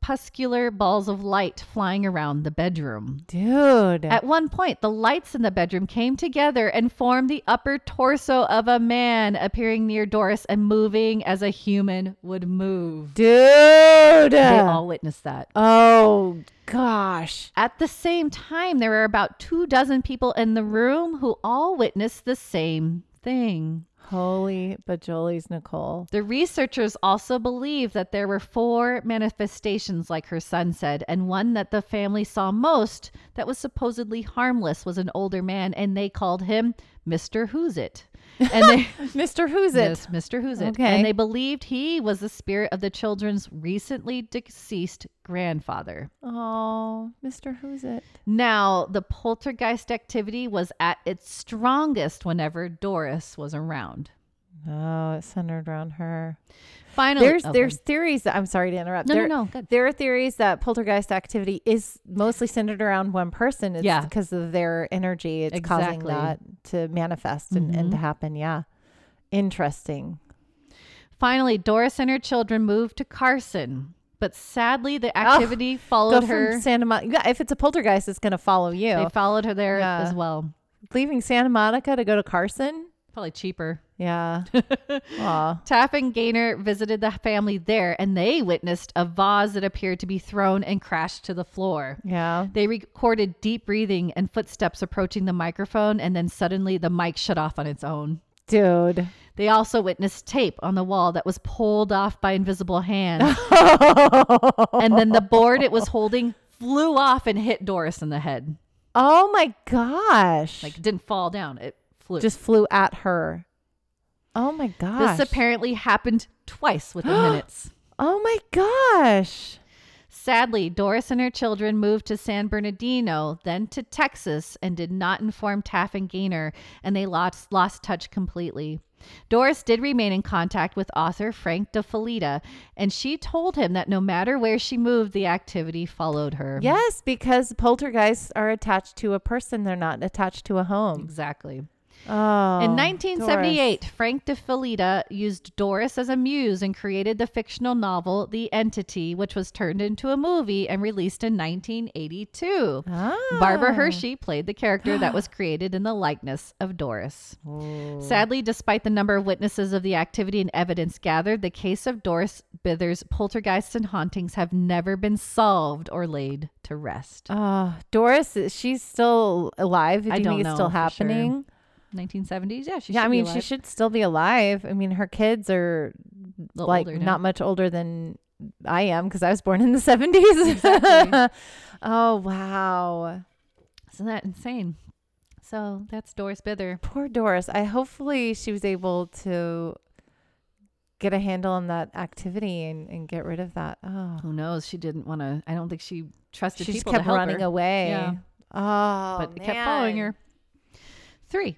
corpuscular balls of light flying around the bedroom. Dude. At one point, the lights in the bedroom came together and formed the upper torso of a man appearing near Doris and moving as a human would move. Dude. They all witnessed that. Oh gosh. At the same time, there were about two dozen people in the room who all witnessed the same thing. Holy bajolies, Nicole. The researchers also believe that there were four manifestations, like her son said, and one that the family saw most that was supposedly harmless was an older man, and they called him Mr. Who's It. And they. Mr. *laughs* Who's It? Yes, Mr. Who's It. Okay. And they believed he was the spirit of the children's recently deceased grandfather. Oh, Mr. Who's It? Now, the poltergeist activity was at its strongest whenever Doris was around. Oh, it's centered around her. Finally, There's oh, there's theories that I'm sorry to interrupt. No, no, There- no, good. There are theories that poltergeist activity is mostly centered around one person. It's Yeah. because of their energy. It's causing Exactly. that to manifest and, and to happen. Yeah. Interesting. Finally, Doris and her children moved to Carson, but sadly, the activity followed Oh, Go her. from Santa Monica. Yeah, if it's a poltergeist, it's going to follow you. They followed her there Yeah. as well. Leaving Santa Monica to go to Carson. Probably cheaper. *laughs* Yeah. Aw. Taff and Gaynor visited the family there, and they witnessed a vase that appeared to be thrown and crashed to the floor. Yeah. They recorded deep breathing and footsteps approaching the microphone, and then suddenly the mic shut off on its own. *laughs* Dude. They also witnessed tape on the wall that was pulled off by *laughs* invisible hands, Oh and then the board it was holding flew off and hit Doris in the head. oh my gosh. Like it didn't fall down, it flew. just flew at her. Oh my gosh. this apparently happened *gasps* twice within minutes. oh my Hmm. gosh. Sadly, Doris and her children moved to San Bernardino, then to Texas, and did not inform Taff and Gaynor, and they lost, lost touch completely. Doris did remain in contact with author Frank DeFelita, and she told him that no matter where she moved, the activity followed her. Yes, because poltergeists are attached to a person, they're not attached to a home. Exactly. Oh. In 1978, Frank DeFelita used Doris as a muse and created the fictional novel The Entity, which was turned into a movie and released in 1982. Ah. Barbara Hershey played the character that *gasps* was created in the likeness of Doris. Sadly, despite the number of witnesses of the activity and evidence gathered, the case of Doris Bithers' poltergeists and hauntings have never been solved or laid to rest. Oh, Doris, is- she's still alive. Do you I think don't it's know still for sure. happening? 1970s, yeah, she Yeah, I should be mean, she alive. should still be alive. I mean, her kids are A little like older now. not much older than I am because I was born in the 70s. *laughs* oh, wow. Isn't that insane? So that's Doris Bither. Poor Doris. I hopefully she was able to get a handle on that activity and, and get rid of that. Oh, Who knows? She didn't want to. I don't think she trusted she just people kept to help running her, away. Yeah. Oh, but it kept following man. her. Three.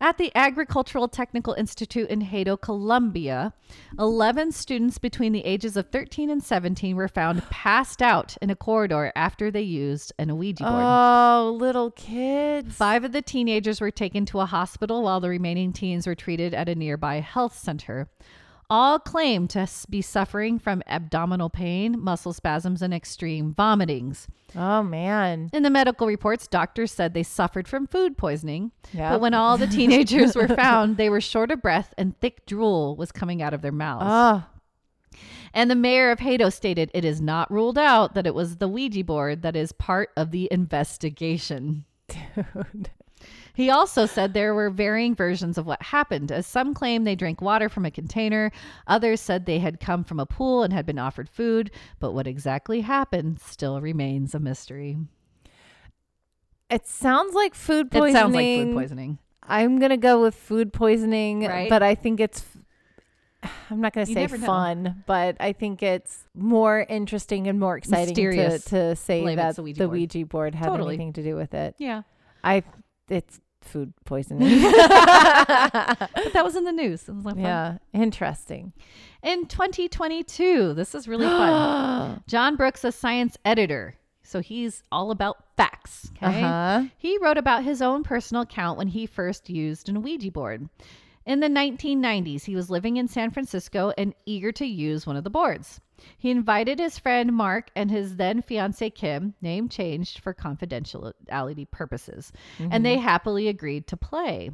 At the Agricultural Technical Institute in Hato, Colombia, 11 students between the ages of 13 and 17 were found passed out in a corridor after they used an Ouija board. Oh, little kids. Five of the teenagers were taken to a hospital while the remaining teens were treated at a nearby health center. All claimed to s- be suffering from abdominal pain, muscle spasms, and extreme vomitings. Oh man. In the medical reports, doctors said they suffered from food poisoning. Yeah. But when all the teenagers were found, they were short of breath and thick drool was coming out of their mouths. Oh, And the mayor of Hato stated it is not ruled out that it was the Ouija board that is part of the investigation. dude. He also said there were varying versions of what happened, as some claim they drank water from a container, others said they had come from a pool and had been offered food, but what exactly happened still remains a mystery. It sounds like food It poisoning. sounds like food poisoning. I'm gonna go with food poisoning, Right? but I think it's. I'm not gonna You say never know. fun, but I think it's more interesting and more exciting to, Mysterious. to say Blame that it's the the Ouija Ouija board, board. had Totally. anything to do with it. Yeah. I, it's food *laughs* poisoning. *laughs* But that was in the news. It was like fun. yeah, interesting. In 2022, this is *gasps* really fun. *gasps* John Brooks, a science editor, so he's all about facts. Okay. Uh-huh. He wrote about his own personal account when he first used an Ouija board. In the 1990s, he was living in San Francisco and eager to use one of the boards. He invited his friend Mark and his then fiancee Kim, name changed for confidentiality purposes, and they happily agreed to play.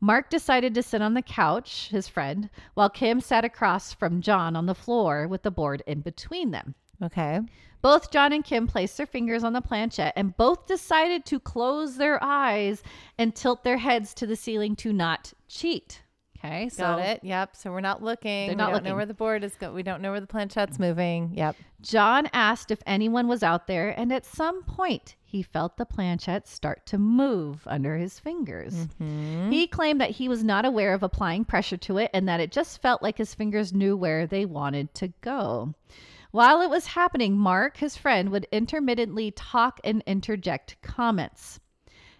Mark decided to sit on the couch, his friend, while Kim sat across from John on the floor with the board in between them. Okay. Both John and Kim placed their fingers on the planchette and both decided to close their eyes and tilt their heads to the ceiling to not cheat. Okay. So Got it. Yep. So we're not looking. They're we not don't looking. know where the board is going. We don't know where the planchette's moving. Yep. John asked if anyone was out there, and at some point, he felt the planchette start to move under his fingers. He claimed that he was not aware of applying pressure to it and that it just felt like his fingers knew where they wanted to go. While it was happening, Mark, his friend, would intermittently talk and interject comments.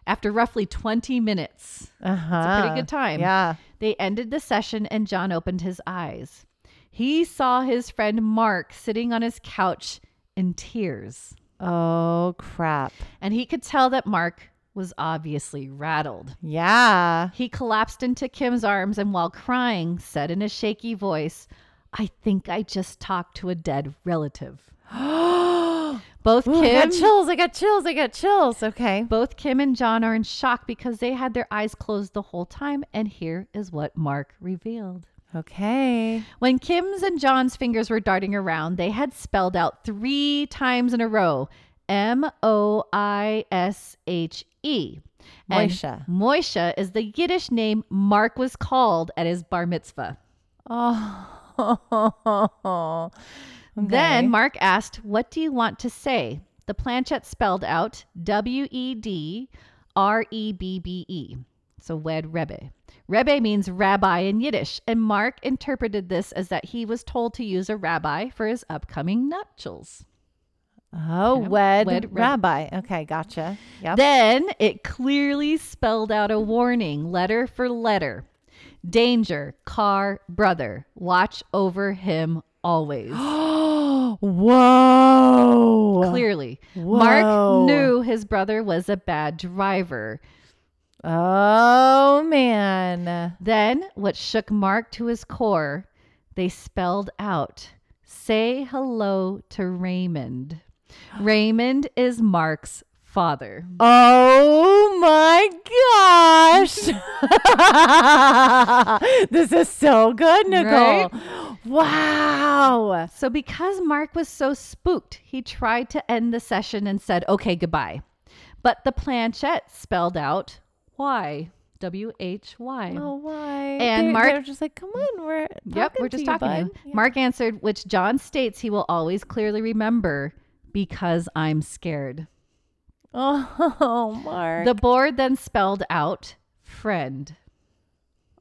After roughly 20 minutes, Uh huh. pretty good time. Yeah. they ended the session and John opened his eyes. He saw his friend Mark sitting on his couch in tears, Oh crap. and he could tell that Mark was obviously rattled. Yeah. He collapsed into Kim's arms and, while crying, said in a shaky voice, I think I just talked to a dead relative. *gasps* Both Ooh, I Kim got chills. I got chills. I got chills. Okay. both Kim and John are in shock because they had their eyes closed the whole time, and here is what Mark revealed. Okay. When Kim's and John's fingers were darting around, they had spelled out three times in a row M O I S H E. And Moishe. Moishe is the Yiddish name Mark was called at his bar mitzvah. *laughs* Oh. Then Mark asked, What do you want to say? The planchette spelled out W E D R E B B E. So wed Rebbe. Rebbe means rabbi in Yiddish, and Mark interpreted this as that he was told to use a rabbi for his upcoming nuptials. Oh, Okay. wed, Wed rab- rabbi. Okay, gotcha. Yep. *gasps* Then it clearly spelled out a warning letter for letter Danger, car, brother, watch over him always. Whoa. clearly. Whoa. Mark knew his brother was a bad driver. Oh man. Then, what shook Mark to his core, they spelled out Say hello to Raymond. Raymond is Mark's father. Oh my *laughs* gosh. this is so good, Nicole. Wow. So, because Mark was so spooked, he tried to end the session and said, Okay, goodbye. But the planchette spelled out why. W H Y. Oh why? And they, Mark- they're just like, come on, we're Yep, we're just talking. to you. Mark answered, which John states he will always clearly remember because I'm scared. *laughs* Oh, Mark. The board then spelled out friend.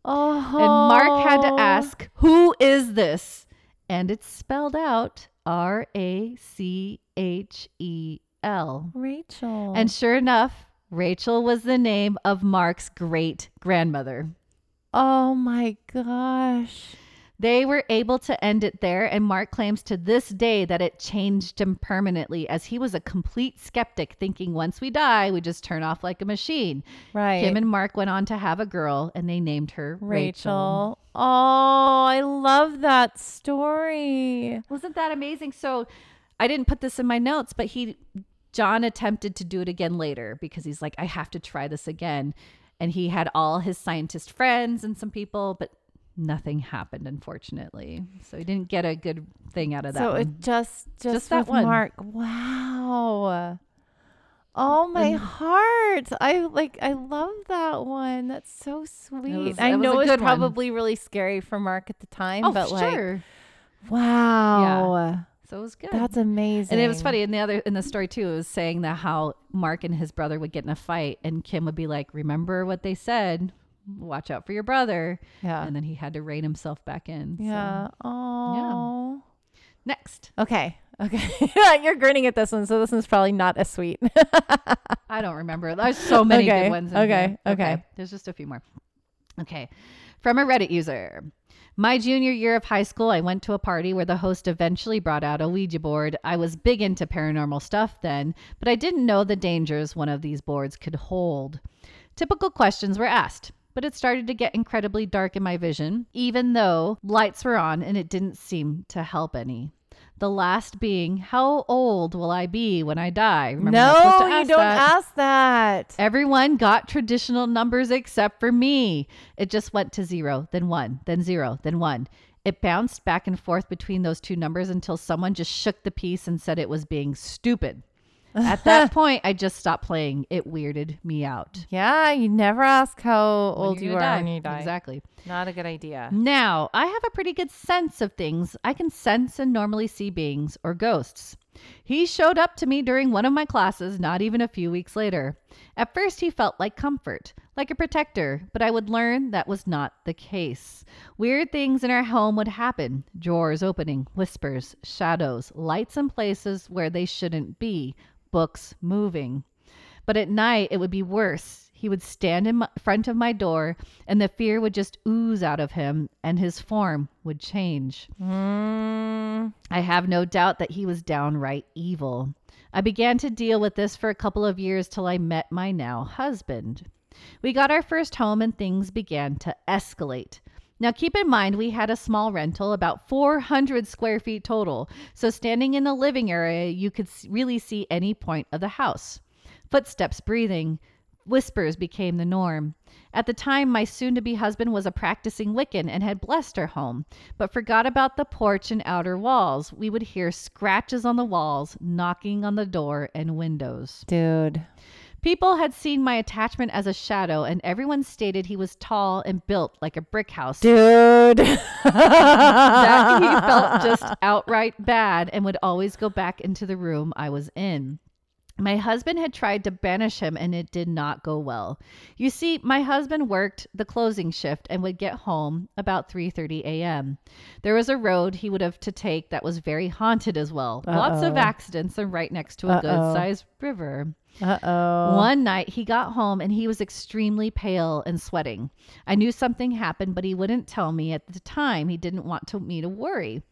oh, And Mark had to ask, who is this? And it's spelled out R A C H E L. Rachel. And sure enough, Rachel was the name of Mark's great grandmother. oh my gosh. They were able to end it there, and Mark claims to this day that it changed him permanently as he was a complete skeptic, thinking once we die, we just turn off like a machine. Right. Kim and Mark went on to have a girl, and they named her Rachel. Rachel. Oh, I love that story. Wasn't that amazing? So I didn't put this in my notes, but he, John attempted to do it again later because he's like, I have to try this again. And he had all his scientist friends and some people, but nothing happened, unfortunately. So he didn't get a good thing out of that. so one. it just just, Just that with one. Mark. Wow. Oh my Mm. heart. I like I love that one. That's so sweet. was- I it was know a it was good one. probably really scary for Mark at the time, Oh, but like sure. wow. so it was good. That's amazing. and it was funny in the other in the story too. It was saying that how Mark and his brother would get in a fight, and Kim would be like, "Remember what they said? Watch out for your brother." Yeah. And then he had to rein himself back in. so. yeah. Oh. Next, Okay. Okay. *laughs* You're grinning at this one, so this one's probably not as sweet. I don't remember. There's so many Okay, good ones. in okay, here. okay. There's just a few more. Okay. From a Reddit user. My junior year of high school, I went to a party where the host eventually brought out a Ouija board. I was big into paranormal stuff then, but I didn't know the dangers one of these boards could hold. Typical questions were asked, but it started to get incredibly dark in my vision, even though lights were on and it didn't seem to help any. The last being, how old will I be when I die? Remember, I'm not no, supposed to you ask don't that. ask that. Everyone got traditional numbers except for me. It just went to zero, then one, then zero, then one. It *laughs* bounced back and forth between those two numbers until someone just shook the piece and said it was being stupid. At that point, I just stopped playing. It weirded me out. Yeah, you never ask how When old you're you are gonna when you die. Exactly. Not a good idea. Now, I have a pretty good sense of things. I can sense and normally see beings or ghosts. He showed up to me during one of my classes not even a few weeks later. At first, he felt like comfort, like a protector, but I would learn that was not the case. Weird things in our home would happen drawers opening, whispers, shadows, lights in places where they shouldn't be, books moving. But at night, it would be worse. He would stand in my, front of my door, and the fear would just ooze out of him, and his form would change. Mm, I have no doubt that he was downright evil. I began to deal with this for a couple of years till I met my now husband. We got our first home, and things began to escalate. Now, keep in mind, we had a small rental, about 400 square feet total. So, standing in the living area, you could s- really see any point of the house. Footsteps breathing, whispers became the norm. At the time, my soon to be husband was a practicing Wiccan and had blessed our home, but forgot about the porch and outer walls. We would hear scratches on the walls, knocking on the door and windows. dude. People had seen my attachment as a shadow, and everyone stated he was tall and built like a brick house Dude. *laughs* that he felt just outright bad and would always go back into the room I was in. My husband had tried to banish him and it did not go well. You see, my husband worked the closing shift and would get home about 3:30 a.m. There was a road he would have to take that was very haunted as well. Lots of Uh-oh. accidents and right next to a Uh-oh. good-sized river. Uh oh. One night he got home and he was extremely pale and sweating. I knew something happened, but he wouldn't tell me at the time. He didn't want to, me to worry.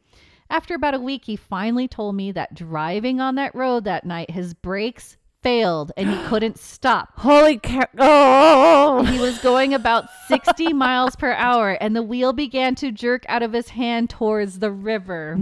After about a week, he finally told me that driving on that road that night, his brakes failed and he couldn't stop. Holy cow. Oh. He was going about 60 miles per hour and the wheel began to jerk out of his hand towards the river.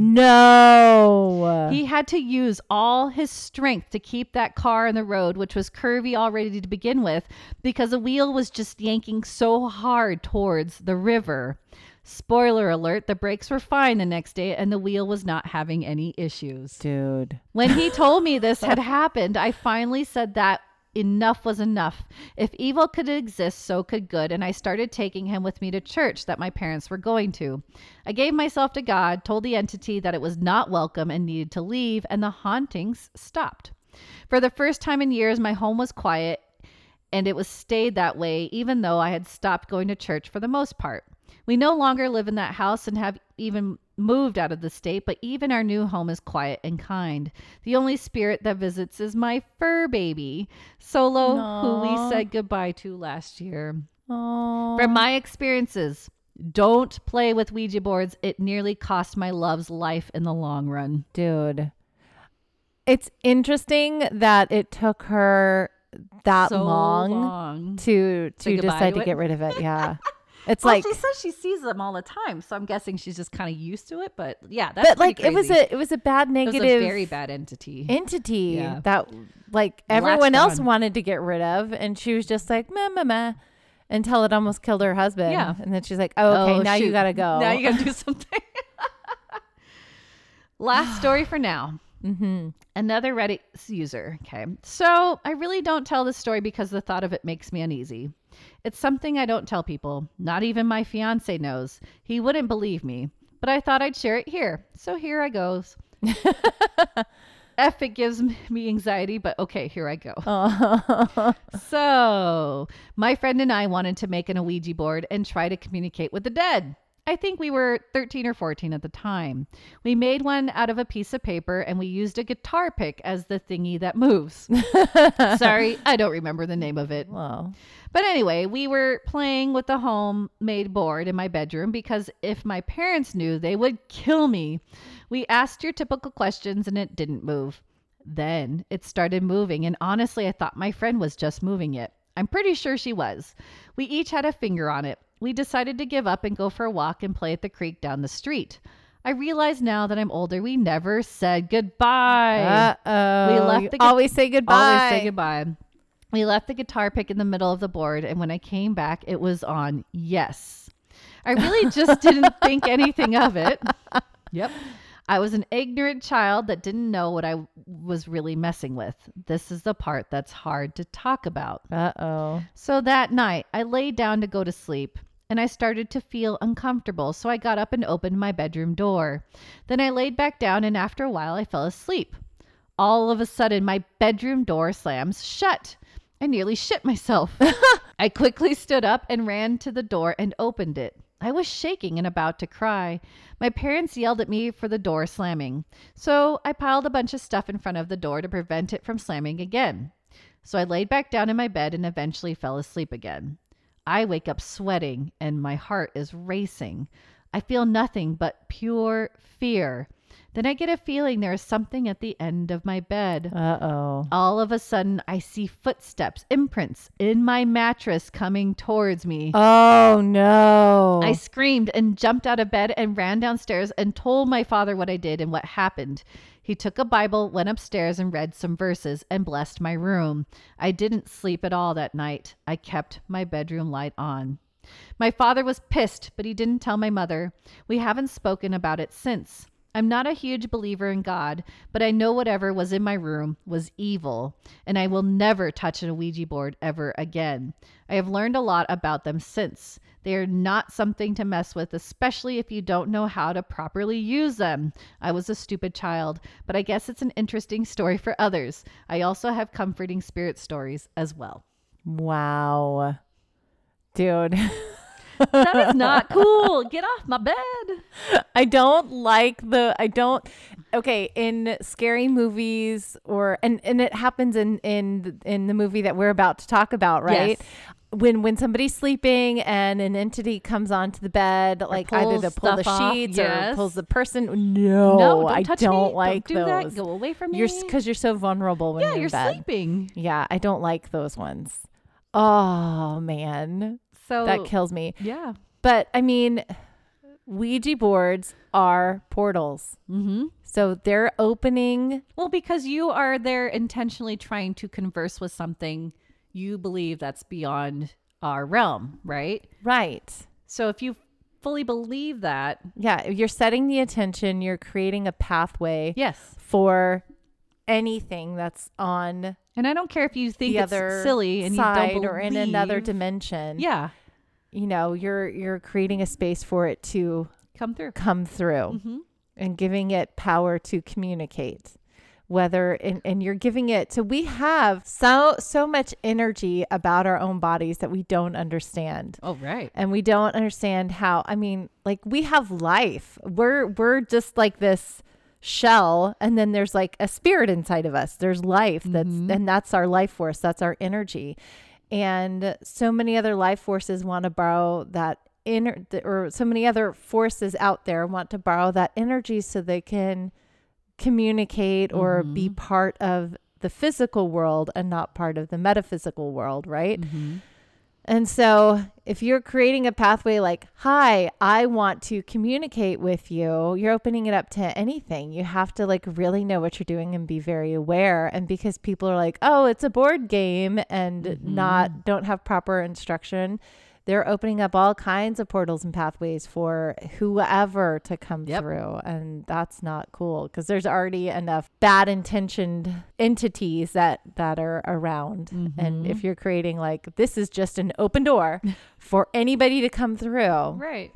No. He had to use all his strength to keep that car on the road, which was curvy already to begin with, because the wheel was just yanking so hard towards the river. Spoiler alert, the brakes were fine the next day and the wheel was not having any issues. Dude. When he told me this had happened, I finally said that enough was enough. If evil could exist, so could good, and I started taking him with me to church that my parents were going to. I gave myself to God, told the entity that it was not welcome and needed to leave, and the hauntings stopped. For the first time in years, my home was quiet and it was stayed that way even though I had stopped going to church for the most part. We no longer live in that house and have even moved out of the state, but even our new home is quiet and kind. The only spirit that visits is my fur baby, Solo, who Aw. we said goodbye to last year. Oh. From my experiences, don't play with Ouija boards. It nearly cost my love's life in the long run. Dude. It's interesting that it took her that so long, long. to Say to goodbye decide to to, it. get rid of it. *laughs* Yeah. It's Well, like she says she sees them all the time, so I'm guessing she's just kind of used to it. But yeah, that's but like pretty it was crazy. a it was a bad It was negative a very bad entity. entity Yeah. that like Latched everyone else on. wanted to get rid of and she was just like meh meh meh until it almost killed her husband Yeah. and then she's like oh, okay Oh, now you shoot. gotta go Now you gotta do *laughs* something. Last story for now. mm-hmm. Another Reddit user. Okay. So I really don't tell this story because the thought of it makes me uneasy. It's something I don't tell people. Not even my fiance knows. He wouldn't believe me, but I thought I'd share it here. So here *laughs* I goes. F, it gives me anxiety, but okay, here I go. So, my friend and I wanted to make an Ouija board and try to communicate with the dead. I think we were 13 or 14 at the time. We made one out of a piece of paper and we used a guitar pick as the thingy that moves. Sorry, I don't remember the name of *laughs* it. well But anyway, we were playing with the homemade board in my bedroom because if my parents knew, they would kill me. We asked your typical questions and it didn't move. Then it started moving, and honestly, I thought my friend was just moving it. I'm pretty sure she was. We each had a finger on it. We decided to give up and go for a walk and play at the creek down the street. I realize now that I'm older, we never said goodbye. uh-oh We left You the gu- always say goodbye Always say goodbye. We left the guitar pick in the middle of the board, and when I came back, it was on *laughs* yes. I really just didn't think anything of it. Yep. I was an ignorant child that didn't know what I was really messing with. This is the part that's hard to talk about. Uh oh. So that night, I lay down to go to sleep and I started to feel uncomfortable, so I got up and opened my bedroom door. Then I laid back down, and after a while, I fell asleep. All of a sudden, my bedroom door slams shut. I nearly shit myself. I quickly stood up and ran to the door and opened it. I was shaking and about to cry. My parents yelled at me for the door slamming, so I piled a bunch of stuff in front of the door to prevent it from slamming again. So I laid back down in my bed and eventually fell asleep again. I wake up sweating and my heart is racing. I feel nothing but pure fear. Then I get a feeling there is something at the end of my bed. Uh oh. All of a sudden, I see footsteps, imprints in my mattress coming towards me. Oh no. I screamed and jumped out of bed and ran downstairs and told my father what I did and what happened. He took a Bible, went upstairs and read some verses and blessed my room. I didn't sleep at all that night. I kept my bedroom light on. My father was pissed, but he didn't tell my mother. We haven't spoken about it since. I'm not a huge believer in God, but I know whatever was in my room was evil, and I will never touch a Ouija board ever again. I have learned a lot about them since. They are not something to mess with, especially if you don't know how to properly use them. I was a stupid child, but I guess it's an interesting story for others. I also have comforting spirit stories as well. wow. Dude, *laughs* That is not cool. Get off my bed. I don't like the I don't Okay, in scary movies or and and it happens in in in the movie that we're about to talk about, right? Yes. When when somebody's sleeping and an entity comes onto the bed, like either pulls to pull the stuff off, sheets or yes. pulls the person. No, no, don't Oh, I touch don't me. like don't do those. that. Go away from me. You're because you're so vulnerable when yeah, you're, you're in bed. sleeping. Yeah, I don't like those ones. Oh man, So that kills me. yeah. But I mean, Ouija boards are portals, Mm-hmm. so they're opening. Well, because you are there intentionally trying to converse with something you believe that's beyond our realm, right? Right. So if you fully believe that, Yeah, you're setting the attention. You're creating a pathway yes. for anything that's on And I don't care if you think the it's other silly and side you don't believe, or in another dimension. Yeah, you know, you're you're creating a space for it to come through. come through Mhm. and giving it power to communicate whether and, and you're giving it so we have so so much energy about our own bodies that we don't understand Oh right. and we don't understand how i mean like we have life we're we're just like this shell and then there's like a spirit inside of us there's life that's and that's our life force that's our energy and so many other life forces want to borrow that inner th- or so many other forces out there want to borrow that energy so they can communicate or be part of the physical world and not part of the metaphysical world right and so, if you're creating a pathway like, hi, I want to communicate with you, you're opening it up to anything. You have to like really know what you're doing and be very aware. And because people are like, oh, it's a board game and not, don't have proper instruction, they're opening up all kinds of portals and pathways for whoever to come Yep. through. And that's not cool because there's already enough bad intentioned entities that, that are around. Mm-hmm. And if you're creating like, this is just an open *laughs* door for anybody to come through, Right.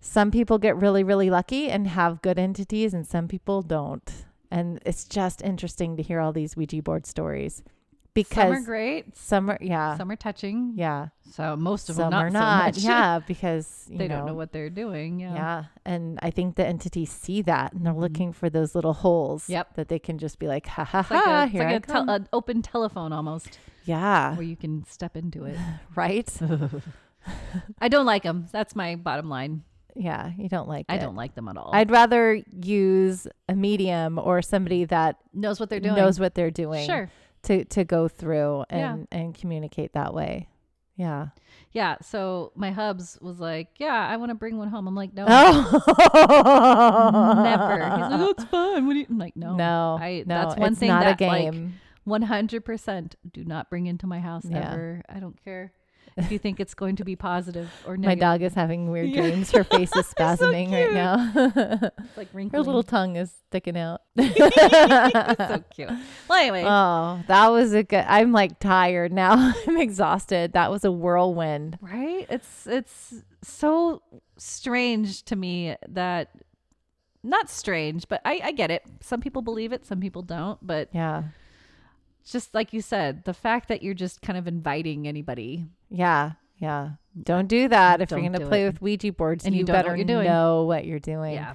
some people get really, really lucky and have good entities, and some people don't. And it's just interesting to hear all these Ouija board stories because Some are great. some are- yeah, Some are touching. yeah, So most of some them are so not, much. *laughs* yeah, because you they don't know what they're doing. Yeah. Mm-hmm. Yeah. and I think the entities see that and they're looking for those little holes Yep. that they can just be like, ha ha It's like, ha, a, it's Ah, here like I a tel- come. Ah. an open telephone almost, yeah, where you can step into it. *laughs* right. *laughs* I don't like them. That's my bottom line. yeah, you don't like. I it. don't like them at all. I'd rather use a medium or somebody that knows what they're doing. knows what they're doing. Sure. to to go through Yeah. and and communicate that way. Yeah. Yeah. So my hubs was like, "Yeah, I want to bring one home." I'm like, "No, Oh, never." He's *laughs* like, "Oh, it's fun." What do you? I'm like, "No, no, I, no, that's one it's thing not that a game. one hundred percent do not bring into my house Yeah. ever. I don't care." if you think it's going to be positive *laughs* or My negative. dog is having weird Yeah. dreams. Her face *laughs* is spasming right cute. now. *laughs* like Her wrinkling. little tongue is sticking out. *laughs* so cute. Well, anyway, *laughs* Oh, that was a good. I'm like tired now. *laughs* I'm exhausted. That was a whirlwind. right? It's it's so strange to me that not strange, but I, I get it. Some people believe it, some people don't. But Yeah. just like you said, the fact that you're just kind of inviting anybody Yeah. Yeah. Don't do that. If Don't you're going do to play it. with Ouija boards, And you, you don't know what better you're doing. know what you're doing. Yeah.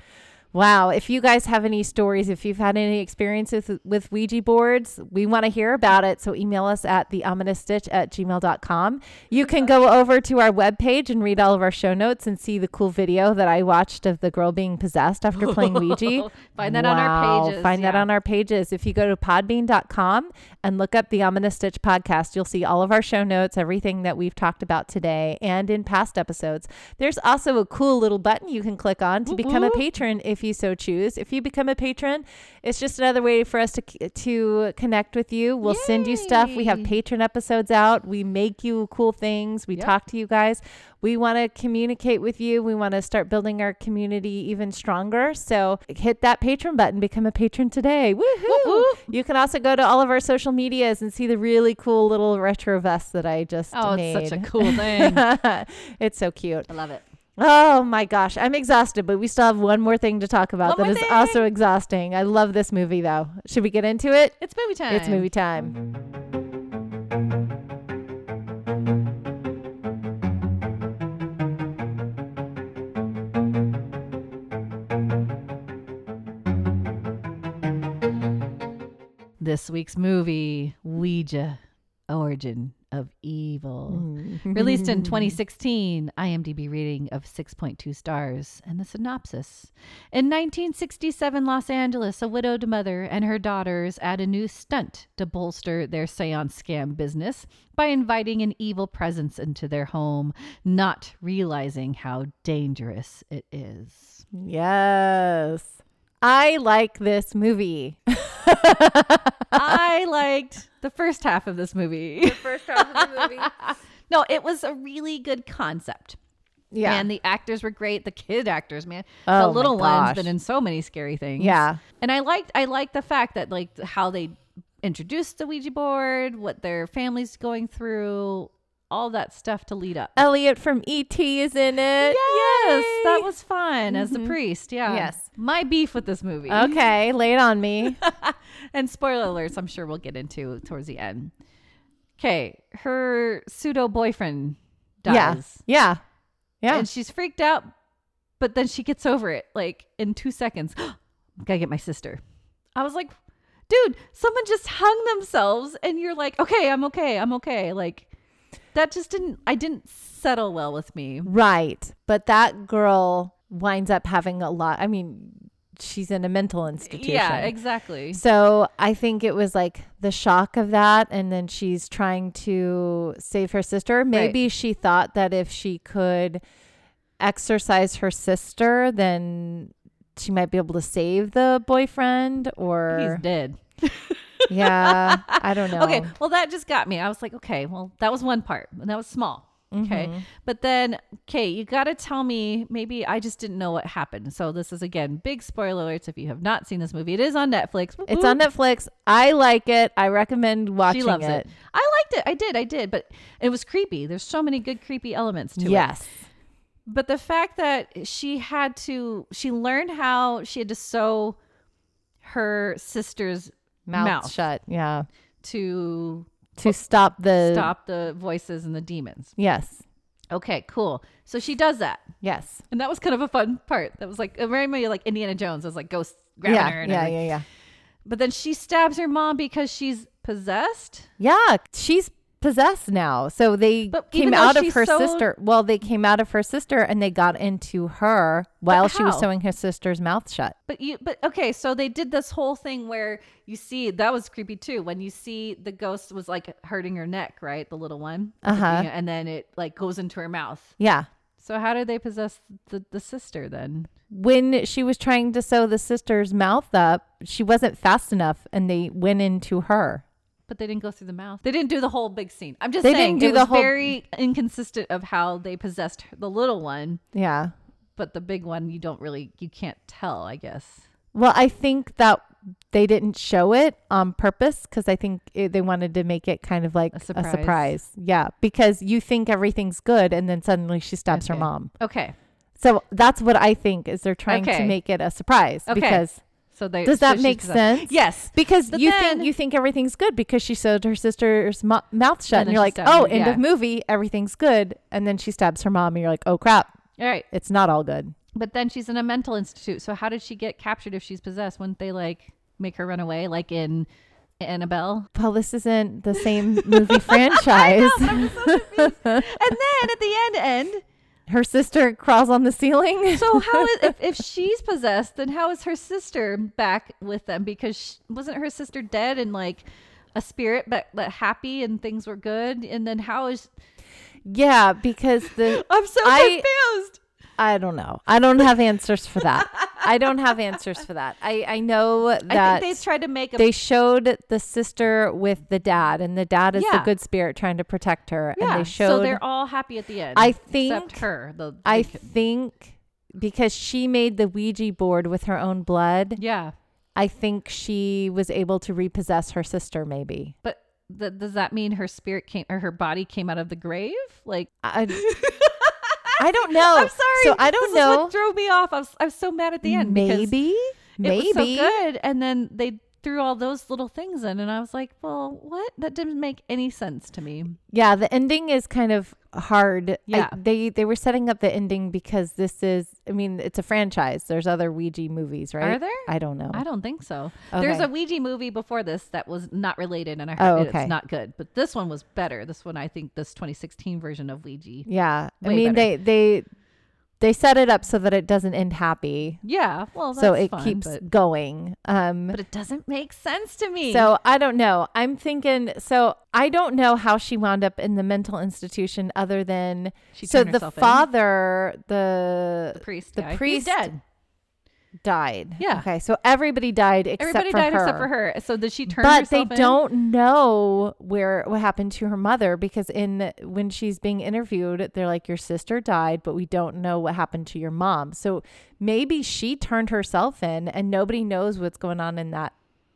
Wow. If you guys have any stories, if you've had any experiences with, with Ouija boards, we want to hear about it. So email us at theominousstitch at gmail.com. You can go over to our webpage and read all of our show notes and see the cool video that I watched of the girl being possessed after *laughs* playing Ouija. Find that on our Wow, pages, Find that yeah. on our pages. If you go to podbean.com and look up the Ominous Stitch podcast, you'll see all of our show notes, everything that we've talked about today and in past episodes. There's also a cool little button you can click on to Whoop, become a whoop. patron if you so choose. If you become a patron, it's just another way for us to to connect with you. We'll send you stuff. We have Yay. patron episodes out. We make you cool things. We Yep. talk to you guys. We want to communicate with you. We want to start building our community even stronger. So hit that patron button. Become a patron today. Woohoo! whoop. You can also go to all of our social medias and see the really cool little retro vest that I just Oh, made. it's such a *laughs* cool thing. it's so cute. I love it. Oh my gosh, I'm exhausted, but we still have one more thing to talk about One that more is thing. also exhausting. I love this movie though. Should we get into it? It's movie time. It's movie time. This week's movie, Ouija, Origin of Evil. Released in 2016, IMDb rating of 6.2 stars. And the synopsis In 1967, Los Angeles, a widowed mother and her daughters add a new stunt to bolster their seance scam business by inviting an evil presence into their home, not realizing how dangerous it is. Yes. I like this movie. I liked the first half of this *laughs* movie. First half of the movie. No, it was a really good concept. Yeah. And the actors were great. The kid actors, man. Oh, the my little one's gosh. been in so many scary things. Yeah. And I liked I liked the fact that like how they introduced the Ouija board, what their family's going through, all that stuff to lead up. Elliot from ET is in it. Yes, Uh, Yay. Mm-hmm. that was fun as the priest. Yeah. Yes. My beef with this movie. Okay, lay it on *laughs* me. and spoiler alerts, I'm sure we'll get into towards the end. Okay. Her pseudo boyfriend dies. yeah. Yeah. Yeah. and she's freaked out but then she gets over it like in two seconds *gasps* gotta get my sister i was like dude someone just hung themselves and you're like okay i'm okay i'm okay like that just didn't i didn't settle well with me Right. But that girl winds up having a lot. I mean, she's in a mental institution. yeah exactly So I think it was like the shock of that. And then she's trying to save her sister. Maybe she thought that if she could exercise her sister, then she might be able to save the boyfriend he's or dead *laughs* yeah i don't know okay well that just got me i was like okay well that was one part and that was small okay Mm-hmm. but then okay you gotta tell me maybe i just didn't know what happened so this is again big spoiler alerts if you have not seen this movie it is on netflix it's Woo-hoo. on netflix i like it i recommend watching she loves it. I liked it. I did. I did. But it was creepy. There's so many good creepy elements to it. yes But the fact that she had to, she learned how she had to sew her sister's mouth, Mouth. shut yeah to to stop the stop the voices and the demons. yes Okay, cool. So she does that. yes And that was kind of a fun part. That was like, it reminded me of like Indiana Jones. I was like, ghost grabbing yeah her. And yeah, everything. yeah yeah But then she stabs her mom because she's possessed. yeah she's possessed now so they But even came though out of she's her so- sister well they came out of her sister and they got into her while she was how? sewing her sister's mouth shut But you, but okay, so they did this whole thing where you see that was creepy too. When you see the ghost was like hurting her neck, right, the little one, Uh-huh. and then it like goes into her mouth. yeah So how did they possess the the sister then? when she was trying to sew the sister's mouth up she wasn't fast enough and they went into her But they didn't go through the mouth. They didn't do the whole big scene. I'm just They saying didn't do it the was whole- very inconsistent of how they possessed the little one, Yeah. but the big one you don't really you can't tell, I guess. Well, I think that they didn't show it on purpose because I think it, they wanted to make it kind of like a surprise. surprise. Yeah, because you think everything's good and then suddenly she stabs her Okay. mom. Okay. So that's what I think is they're trying to Okay. make it a surprise Okay. because So they does that so she make does that. sense? Yes. Because But you then- think you think everything's good because she sewed her sister's mo- mouth shut, and, And then you're she like, stabbed "Oh, her. end Yeah. of movie, everything's good," and then she stabs her mom, and you're like, "Oh crap, All right. it's not all good." But then she's in a mental institute. So how did she get captured if she's possessed? Wouldn't they like make her run away like in *laughs* Annabelle? Well, this isn't *laughs* the same movie franchise. And then at the end end, her sister crawls on the ceiling. so how is if, if she's possessed, then how is her sister back with them? Because sh wasn't her sister dead and like a spirit but, but happy and things were good? And then how is yeah, because the I'm so I- confused. I don't know. I don't have answers for that. I don't have answers for that. I I know *laughs* I that think they tried to make a they showed the sister with the dad, and the dad is Yeah. the good spirit trying to protect her. yeah. and they showed so they're all happy at the end. I except think- her. The, I the kid. think because she made the Ouija board with her own blood, yeah. I think she was able to repossess her sister, maybe. But th- does that mean her spirit came or her body came out of the grave? Like, *laughs* I, I don't know. I'm sorry. So I don't this Is know. what drove me off. I was, I was so mad at the end. because maybe. It was so Maybe. good, and then they threw all those little things in, and I was like, "Well, what? That didn't make any sense to me." yeah, the ending is kind of hard. I- Yeah. they they were setting up the ending because this is I mean, it's a franchise. There's other Ouija movies, right? there? I don't know. I don't think so. There's Okay. a Ouija movie before this that was not related, and I Oh, heard that okay. it's not good. But this one was better. This one, I think, this 2016 version of Ouija. yeah. I Way mean they better. they they set it up so that it doesn't end happy. Yeah, well, that's so it fun, keeps but, going. Um but it doesn't make sense to me. So I don't know. I'm thinking. So I don't know how she wound up in the mental institution, other than She so turned the herself in. father, the, the priest, the guy. He's priest dead. died. Yeah. Okay. So everybody died except Everybody for died her. except for her. So did she turn? But they herself in? don't know where what happened to her mother because in when she's being interviewed, they're like, "Your sister died, but we don't know what happened to your mom." So maybe she turned herself in, and nobody knows what's going on in that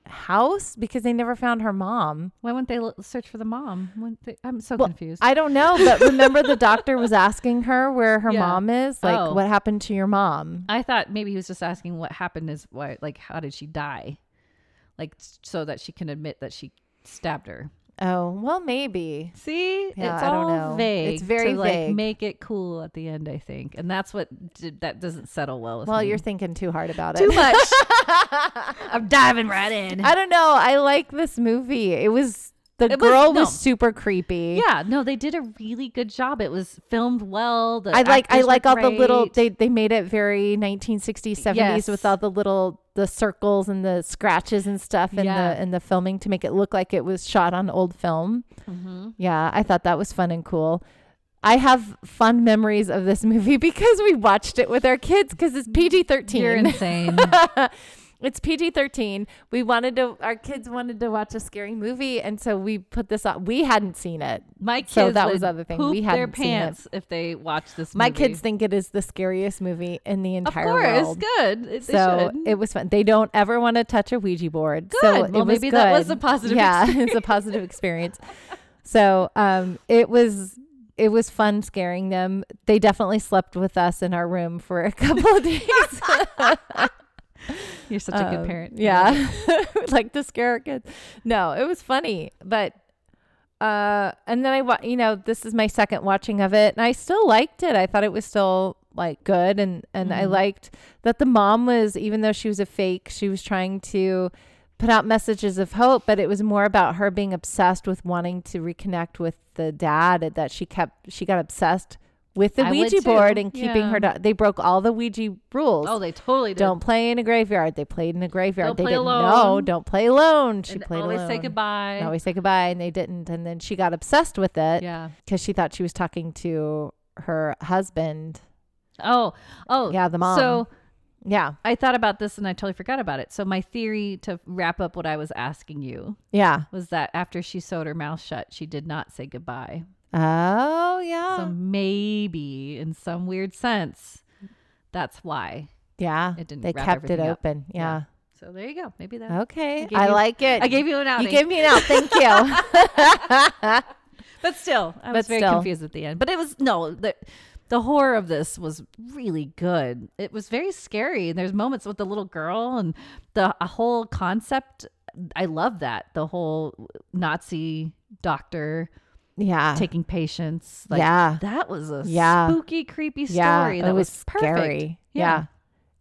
house because they never found her mom. Why wouldn't they l- search for the mom? Wouldn't they- I'm so Well, confused. I don't know, *laughs* but remember the doctor was asking her where her Yeah. mom is, like Oh. what happened to your mom? I thought maybe he was just asking what happened is why, like, how did she die? Like, s- so that she can admit that she stabbed her. Oh, well, maybe. See, Yeah, it's I don't all know. vague. It's very to, like, vague. Make it cool at the end, I think, and that's what did, that doesn't settle well. With Well, me. *laughs* you're thinking too hard about too it. *laughs* much. I'm diving right in. I don't know. I like this movie. It was the It was- girl was, no. super creepy. yeah, no, they did a really good job. It was filmed well. The I like I actors were like all the little great. they they made it very 1960s 70s Yes. with all the little the circles and the scratches and stuff and Yeah. the and the filming to make it look like it was shot on old film. Mm-hmm. Yeah, I thought that was fun and cool. I have fun memories of this *laughs* movie because we watched it with our kids because it's PG *laughs* Mm, You're 13. insane. it's PG 13. We wanted to, our kids wanted to watch a scary movie. And so we put this on. We hadn't seen it. My *laughs* kids So that would was the other thing. poop We their hadn't seen it. pants if they watched this. My movie. kids think it is the scariest movie in the of entire course, world. good. It- they So should. it was fun. They don't ever want to touch a Ouija board. So Good. it Well, was maybe that was good. a positive Yeah, *laughs* it's a positive experience. So um, it was it was fun scaring them. They definitely slept with us in our room for a couple of *laughs* days. you're such a Um, good parent. *laughs* Yeah, *laughs* like to scare our kids. No, it was funny, but uh, and then I wa- you know this is my second watching of it, and I still liked it. I thought it was still like good, and and I Mm-hmm. liked that the mom was even though she was a fake, she was trying to put out messages of hope, but it was more about her being obsessed with wanting to reconnect with the dad that she kept. She got obsessed. With the I would Ouija board too. and keeping her, Yeah. do- they broke all the Ouija rules. Oh, they totally did. Don't play in a graveyard. They played in a graveyard. Don't they play didn't know. alone. Don't play alone. She And played always alone. say goodbye. And always say goodbye. And they didn't. And then she got obsessed with it yeah. because she thought she was talking to her husband. Oh. Oh. Yeah, the mom. So Yeah. I thought about this and I totally forgot about it. So my theory to wrap up what I was asking you Yeah. was that after she sewed her mouth shut, she did not say goodbye. Oh, yeah. So maybe in some weird sense, that's why. yeah. It didn't They wrap kept it everything up. open. Yeah. So there you go. Maybe that. Okay. gave I, you- like it. I gave you an Oh, you outing. gave me an out. Thank *laughs* you. but still, I was But very still. confused at the end. But it was no the the horror of this was really good. It was very scary. And there's moments with the little girl and the a whole concept. I love that the whole Nazi doctor yeah. taking patients. Like Ah. yeah. that was a Yeah. spooky, creepy story. yeah. that it was, perfect. scary. Yeah.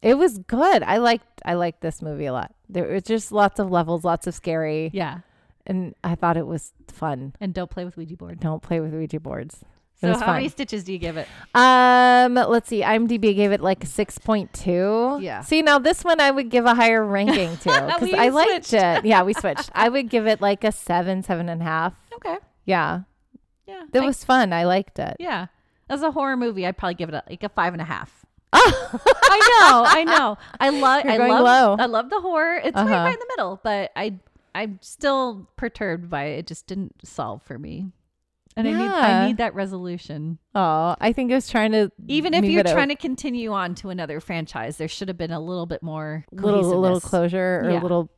Yeah. It was good. I liked I liked this movie a lot. There was just lots of levels, lots of scary, Yeah, and I thought it was fun. and don't play with Ouija board. Don't play with Ouija boards. It So was how fun. many stitches do you give it? Um, let's see. IMDb gave it like a six point two. Yeah. See, now this one I would give a higher *laughs* ranking to because We I liked switched. it. Yeah, *laughs* we switched. I would give it like a seven, seven and a half. Okay. Yeah, Yeah. that I- was fun. I liked it. *laughs* Yeah. As a horror movie, I'd probably give it a, like a five and a half. I know, I know. I love, You're I going love, low. I love the horror. It's right- Uh-huh. right in the middle, but I, I'm still perturbed by it. It just didn't solve for me, and I need, I Yeah. need that resolution. Oh, I think it was trying to Even if move you're it a trying to continue on to another franchise, there should have been a little bit more little little cohesiveness. closure or Yeah. a little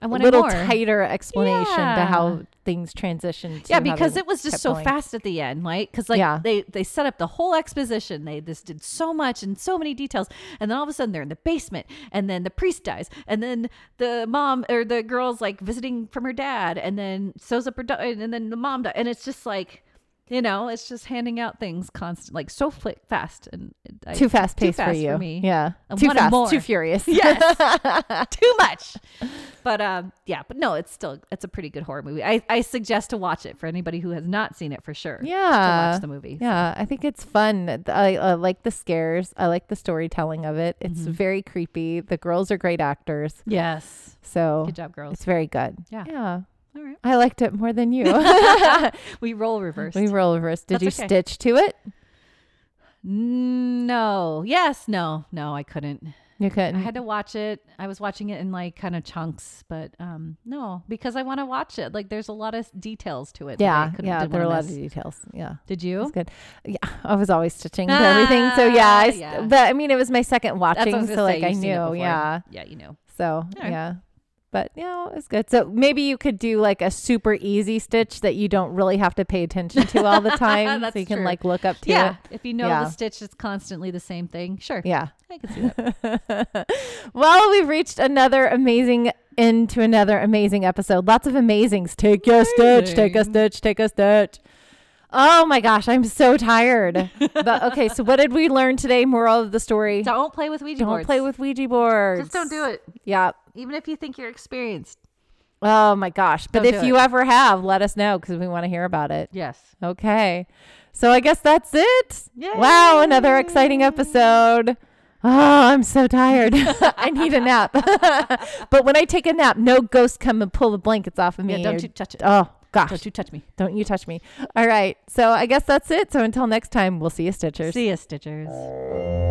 I wanted little more. tighter explanation to Yeah. how things transition. To yeah, how because they it was just kept so going. fast at the end, right? Because like Yeah. they they set up the whole exposition. They just did so much and so many details, and then all of a sudden they're in the basement, and then the priest dies, and then the mom or the girl's like visiting from her dad, and then sews up her do- and then the mom dies, and it's just like. You know, it's just handing out things constant, like so fl- fast and I- Too fast too paced for fast you. for me. Yeah, I too wanted fast, more. too furious. *laughs* *laughs* Yes. too much. But um, yeah, but no, it's still it's a pretty good horror movie. I I suggest to watch it for anybody who has not seen it for sure. to Yeah. watch the movie. Yeah, I think it's fun. Th- I, I like the scares. I like the storytelling of it. Mm-hmm. It's very creepy. The girls are great actors, Yes. so Good job, girls. it's very good. Yeah. yeah. All right. I liked it more than *laughs* you. We roll reverse. we roll reverse. Did That's you okay. stitch to it? no. Yes. No. No. I couldn't. You couldn't. I had to watch it. I was watching it in like kind of chunks, but um, no, because I want to watch it. Like, there's a lot of details to it. that I yeah, couldn't- yeah. didn't There are a wanna lot of miss. details. Yeah. Did It's you? good. Yeah, I was always stitching to everything. So yeah, I Ah, st- yeah. but I mean, it was my second That's watching, what I was so gonna say. like I You've seen it knew. before. Yeah. Yeah. You know. So right. yeah. But yeah, it was good. So maybe you could do like a super easy stitch that you don't really have to pay attention to *laughs* all the time. That's so you can true. like look up to Yeah. it. If you know Yeah. the stitch is constantly the same thing, sure. Yeah. I can see *laughs* that. well, we've reached another amazing end to another amazing episode. Lots of amazings. Take your stitch, take a Amazing. stitch, take a stitch. Oh my gosh, I'm so *laughs* tired. but okay, so what did we learn today? Moral of the story. Don't play with Ouija Don't boards. play with Ouija boards. Just don't do it. Yeah. Even if you think you're experienced. Oh my gosh. But Don't if do you ever have, let us know because we want to hear about it. Yes. Okay. So I guess that's it. Wow, another exciting episode. Oh, I'm so tired. *laughs* I need a nap. *laughs* but when I take a nap, no ghosts come and pull the blankets off of me. Yeah, or- don't you touch it. oh, gosh. Don't you touch me. Don't you touch me. All right. So I guess that's it. So until next time, we'll see you, Stitchers. See ya, Stitchers.